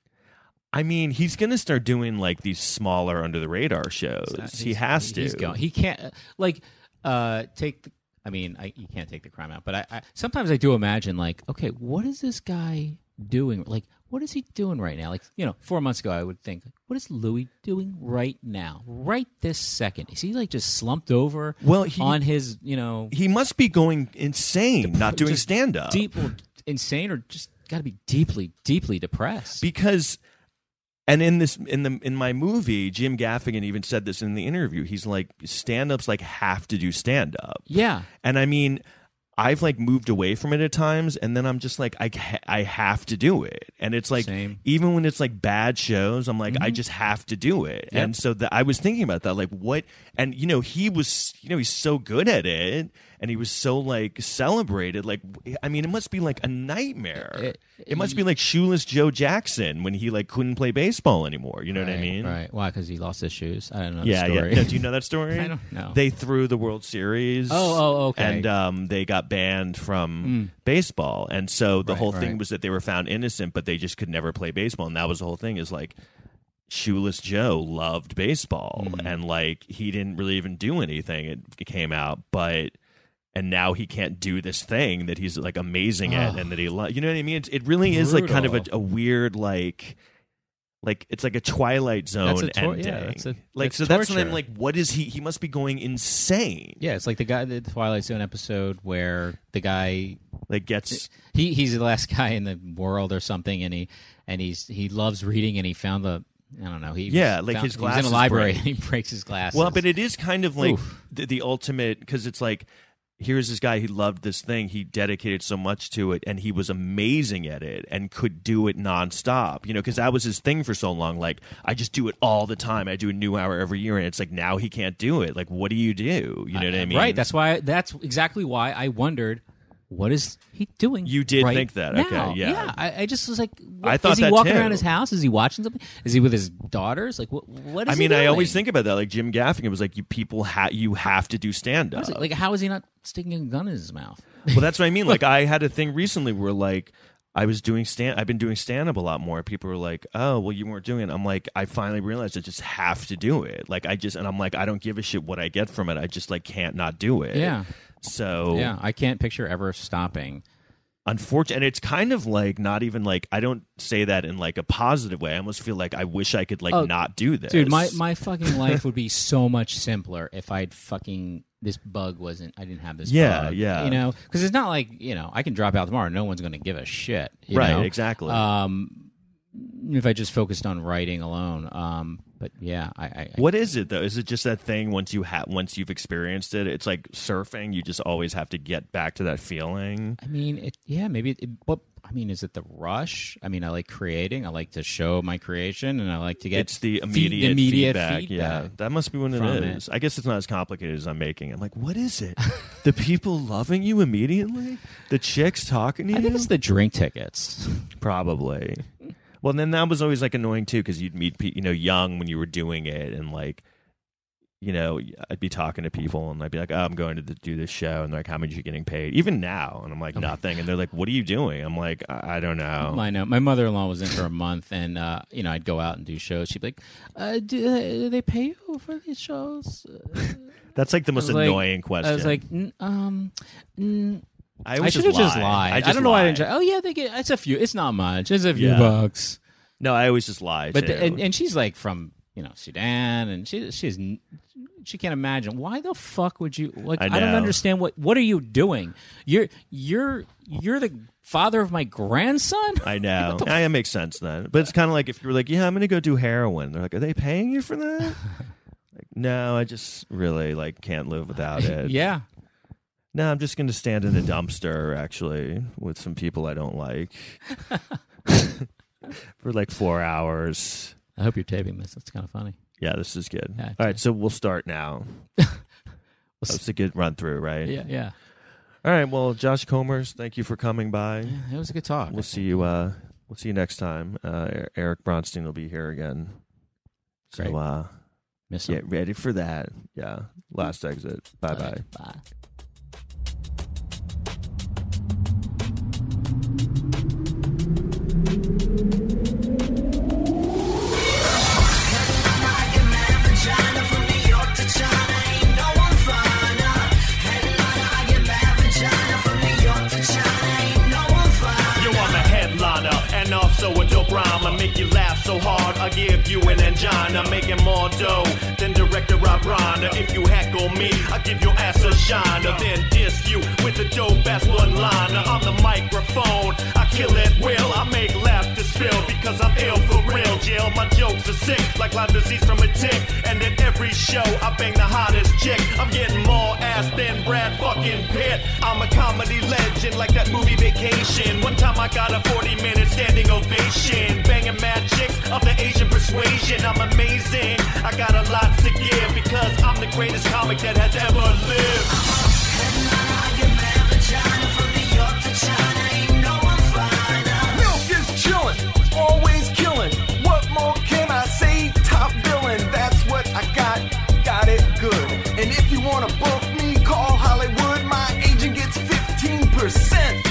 Speaker 2: I mean, he's going to start doing like these smaller under the radar shows. he
Speaker 3: He's-
Speaker 2: has to.
Speaker 3: He's going. He can't like uh, take. The, I mean, I, you can't take the crime out, but I, I sometimes I do imagine like, okay, what is this guy doing? Like, what is he doing right now? Like, you know, four months ago, I would think, what is Louis doing right now, right this second? Is he like just slumped over?
Speaker 2: Well, he-
Speaker 3: on his, you know,
Speaker 2: He uh, must be going insane not doing
Speaker 3: just
Speaker 2: stand up.
Speaker 3: deep or insane or just got to be deeply, deeply depressed.
Speaker 2: because and in this in the in my movie jim gaffigan even said this in the interview he's like stand-ups like have to do stand-up
Speaker 3: yeah,
Speaker 2: and i mean i've like moved away from it at times and then i'm just like i, ha- I have to do it and it's like
Speaker 3: Same. Mm-hmm.
Speaker 2: even when it's like bad shows i'm like i just have to do it
Speaker 3: Yep.
Speaker 2: and so that i was thinking about that like what and you know he was you know he's so good at it and he was so like celebrated like i mean it must be like a nightmare it,
Speaker 3: It-
Speaker 2: must be like shoeless joe jackson when he like couldn't play baseball anymore you know what i
Speaker 3: Right,
Speaker 2: mean
Speaker 3: right? Why? Because he lost his shoes. I don't know.
Speaker 2: yeah,
Speaker 3: the story.
Speaker 2: yeah. No, do you know that story?
Speaker 3: I don't know.
Speaker 2: They threw the World Series.
Speaker 3: Oh, oh, okay. Hmm.
Speaker 2: And um, they got banned from baseball, and so the
Speaker 3: Right,
Speaker 2: whole thing
Speaker 3: right.
Speaker 2: was that they were found innocent, but they just could never play baseball, and that was the whole thing. Is like. Shoeless Joe loved baseball
Speaker 3: Hmm.
Speaker 2: and like he didn't really even do anything. It, it came out, but and now he can't do this thing that he's like amazing at
Speaker 3: Ugh.
Speaker 2: and that he loves. You know what I mean? It's, it really is like kind of a,
Speaker 3: Brutal.
Speaker 2: a weird like like it's like a Twilight Zone
Speaker 3: That's a tor-
Speaker 2: ending.
Speaker 3: yeah, that's a-
Speaker 2: like
Speaker 3: that's
Speaker 2: so that's what I'm
Speaker 3: torture.
Speaker 2: like. What is he? He must be going insane.
Speaker 3: Yeah, it's like the guy the Twilight Zone episode where the guy
Speaker 2: Like gets
Speaker 3: he he's the last guy in the world or something, and he and he's he loves reading, and he found the I don't know he
Speaker 2: Yeah,
Speaker 3: was-
Speaker 2: like
Speaker 3: found-
Speaker 2: his
Speaker 3: he was in
Speaker 2: glasses
Speaker 3: a library
Speaker 2: break.
Speaker 3: and he breaks his glasses.
Speaker 2: well, but it is kind of like
Speaker 3: Oof.
Speaker 2: the, the ultimate because it's like here's this guy he loved this thing he dedicated so much to it and he was amazing at it and could do it nonstop you know because that was his thing for so long like i just do it all the time i do a new hour every year and it's like now he can't do it like what do you do you know what i mean
Speaker 3: right. That's why that's exactly why I wondered what is he doing.
Speaker 2: You did
Speaker 3: right
Speaker 2: think that. Okay,
Speaker 3: now?
Speaker 2: yeah.
Speaker 3: I, I just was like, what,
Speaker 2: I thought
Speaker 3: is he
Speaker 2: that
Speaker 3: walking
Speaker 2: too.
Speaker 3: around his house? Is he watching something? Is he with his daughters? Like what? What is
Speaker 2: I
Speaker 3: he
Speaker 2: mean, I always
Speaker 3: doing?
Speaker 2: think about that. Like Jim Gaffigan was like, "You people, ha- you have to do stand
Speaker 3: What
Speaker 2: up."
Speaker 3: is it- like how is he not sticking a gun in his mouth?
Speaker 2: well, that's what I mean. Like, I had a thing recently where like I was doing stand. I've been doing stand up a lot more. People were like, "Oh, well, you weren't doing it." I'm like, I finally realized I just have to do it. Like, I just and I'm like, I don't give a shit what I get from it. I just like can't not do it.
Speaker 3: Yeah.
Speaker 2: So
Speaker 3: Yeah, I can't picture ever stopping.
Speaker 2: unfortunate and it's kind of like not even like I don't say that in like a positive way. I almost feel like I wish I could like
Speaker 3: Oh,
Speaker 2: not do this.
Speaker 3: Dude, my, my fucking life would be so much simpler if I'd fucking this bug wasn't. I didn't have this.
Speaker 2: Yeah,
Speaker 3: bug,
Speaker 2: yeah.
Speaker 3: You know, because it's not like you know I can drop out tomorrow. No one's going to give a shit. you
Speaker 2: right,
Speaker 3: know?
Speaker 2: exactly.
Speaker 3: Um, if I just focused on writing alone. Um, but yeah, I. I I-
Speaker 2: What is it though? Is it just that thing once you have once you've experienced it? It's like surfing. You just always have to get back to that feeling.
Speaker 3: I mean, it, yeah, maybe. It, what I mean is it the rush? I mean, I like creating. I like to show my creation, and I like to get
Speaker 2: It's the
Speaker 3: fe-
Speaker 2: immediate,
Speaker 3: immediate
Speaker 2: feedback. Yeah, that must be what it
Speaker 3: from
Speaker 2: is. I guess it's not as complicated as I'm making. I'm like, what is it? the people loving you immediately? The chicks talking to
Speaker 3: I
Speaker 2: you?
Speaker 3: think it's the drink tickets.
Speaker 2: Probably. Well, then that was always like annoying too because you'd meet pe- you know young when you were doing it and like. You know, I'd be talking to people and I'd be like, oh, I'm going to th- do this show. And they're like, how much are you getting paid? Even now. And I'm
Speaker 3: Oh
Speaker 2: like, nothing. And they're like, what are you doing? I'm like, I, I don't know.
Speaker 3: I know. uh, My mother in law was in for a month, and uh, you know, I'd go out and do shows. She'd be like, uh, do, they, "Do they pay you for these shows?"
Speaker 2: That's like the most
Speaker 3: I was like-
Speaker 2: annoying question.
Speaker 3: I was like, "N- "Um, n-
Speaker 2: I,
Speaker 3: I,
Speaker 2: always
Speaker 3: should have just
Speaker 2: lie.
Speaker 3: lied. I,
Speaker 2: just
Speaker 3: don't know why I
Speaker 2: lie.
Speaker 3: didn't." try- Oh yeah, they get it's a few. It's not much. It's a few
Speaker 2: Yeah.
Speaker 3: bucks.
Speaker 2: No, I always just lie.
Speaker 3: But
Speaker 2: too.
Speaker 3: the, and, and she's like from you know Sudan, and she she's n- she can't imagine why the fuck would you like.
Speaker 2: I
Speaker 3: I, don't
Speaker 2: know.
Speaker 3: understand what what are you doing? You're you're you're the father of my grandson.
Speaker 2: I know. I it makes sense then. But it's kind of like if you were like, yeah, I'm going to go do heroin. They're like, are they paying you for that? like, no, I just really like can't live without it.
Speaker 3: yeah,
Speaker 2: No, I'm just going to stand in a dumpster actually with some people I don't like for like four hours.
Speaker 3: I hope you're taping this. That's kind of funny.
Speaker 2: Yeah, this is good.
Speaker 3: Gotcha.
Speaker 2: All right, so we'll start now. That's a good run through, right?
Speaker 3: Yeah, yeah.
Speaker 2: All right. Well, Josh Comers, thank you for coming by.
Speaker 3: It was a good talk.
Speaker 2: We'll see you. Uh, we'll see you next time. Uh, Er- Eric Bronstein will be here again.
Speaker 3: Great.
Speaker 2: So uh,
Speaker 3: Miss him.
Speaker 2: get ready for that. Yeah. Last exit. Bye bye.
Speaker 3: Bye.
Speaker 1: You are the headliner and also a dope I'ma make you laugh so hard, I'll give you an angina. Making more dough than director Rob Reiner. If you heckle me, I'll give your ass a shiner. Then diss you with a dope ass one liner. On the microphone, I kill it will. I make laughter spill because I'm ill for real. Jail, my jokes are sick like Lyme disease from a tick. And at every show, I bang the hottest chick. I'm getting more ass than Brad fucking Pitt. I'm a comedy legend like that movie Vacation. One time I got a 40 minute standing ovation. Banging mad chicks of the Asian persuasion. I'm amazing. I got a lot to give because I'm the greatest comic that has ever lived.
Speaker 4: Milk is chillin', always killin'. What more can I say? Top villain, that's what I got. Got it good. And if you wanna book me, call Hollywood. My agent gets 15%.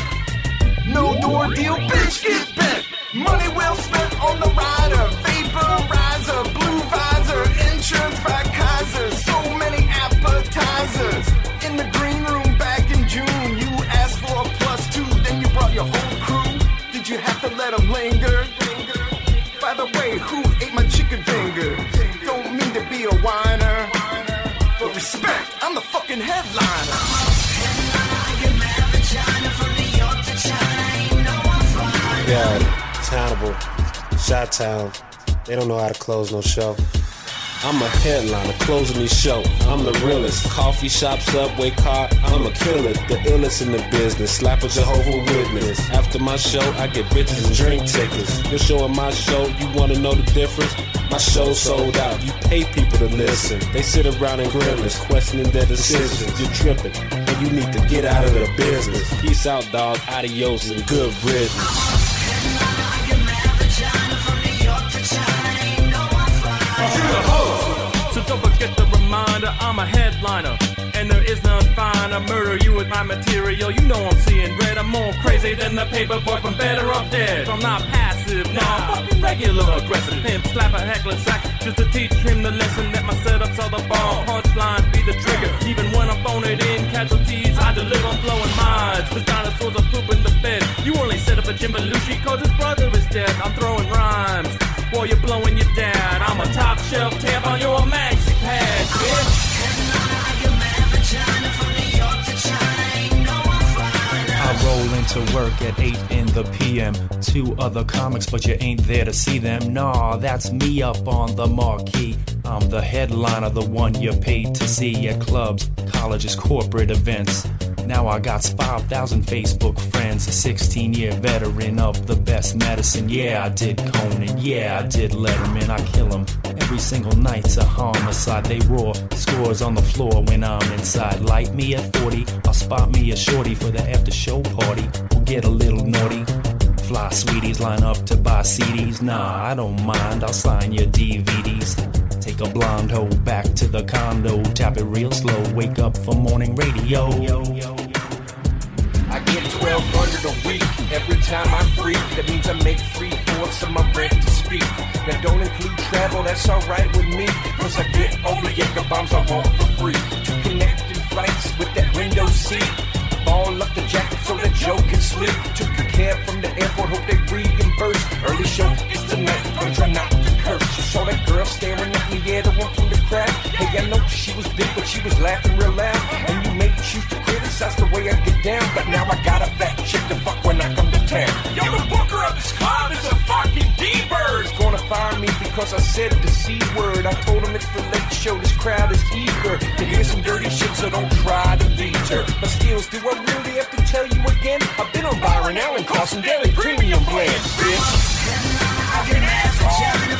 Speaker 4: No door deal, bitch, get bent. Money well spent on the rider, vaporizer, blue visor, insurance by Kaiser. So many appetizers. In the green room back in June, you asked for a plus two, then you brought your whole crew. Did you have to let them linger? By the way, who ate my chicken finger? Don't mean to be a whiner, but respect, I'm the fucking headliner.
Speaker 5: Yeah, it's Hannibal. Shot Town. They don't know how to close no show. I'm a headliner, closing the show. I'm the realest. Coffee shop, subway car, I'm a killer. The illest in the business. Slap a Jehovah Witness. After my show, I get bitches and drink tickets. Your show and my show, you wanna know the difference? My show sold out. You pay people to listen. They sit around and grimace, questioning their decisions. You're tripping, and you need to get out of the business. Peace out, dog. Adios and good riddance.
Speaker 6: So don't forget the reminder, I'm a headliner. And there is none finer. Murder you with my material. You know I'm seeing red. I'm more crazy than the paper boy from Better Off Dead. I'm not passive, no, I'm fucking regular aggressive. Pimp, slap a heckler sack. Just to teach him the lesson that my setups are the bomb. Punchline be the trigger. Even when I'm phoning in casualties, I deliver. I'm blowing minds. Cause dinosaurs are pooping the bed. You only set up a Jim Belushi cause his brother is dead. I'm throwing rhymes. While you're blowing you down, I'm a top shelf tab on your maxi pad, bitch.
Speaker 7: I roll into work at 8 in the PM. Two other comics, but you ain't there to see them. Nah, that's me up on the marquee. I'm the headliner, the one you're paid to see at clubs, colleges, corporate events. Now I got 5,000 Facebook friends, a 16 year veteran of the best medicine. Yeah, I did Conan, yeah, I did Letterman, I kill 'em. Every single night's a homicide, they roar. Scores on the floor when I'm inside. Light me at 40, I'll spot me a shorty for the after show party. We'll get a little naughty. Fly sweeties line up to buy CDs. Nah, I don't mind, I'll sign your DVDs. Take a blonde hoe back to the condo, tap it real slow, wake up for morning radio.
Speaker 8: I get 1200 a week every time I freak. That means I make three fourths of my rent to speak. That don't include travel, that's alright with me. Plus, I get all the Yaga bombs I want for free. Two connecting flights with that window seat. Ball up the jacket so that Joe can sleep. Took a cab from the airport, hope they reimburse. Early show is tonight, I'm trying not to curse. You saw that girl staring at me, yeah, the one from the crowd. Hey, I know she was big, but she was laughing real loud. And you may choose to criticize the way I get down, but now I got a fat chick to fuck when I come to town. Yo, the booker of this club is a fucking D-bird. Gonna fire me because I said the C word. I told him it's the late show, this crowd is eager to hear some dirty shit, so don't try to beat her. My skills, do I really have to tell you again? I've been on Byron Allen, Carson Daly, premium blend, bitch. I can ask all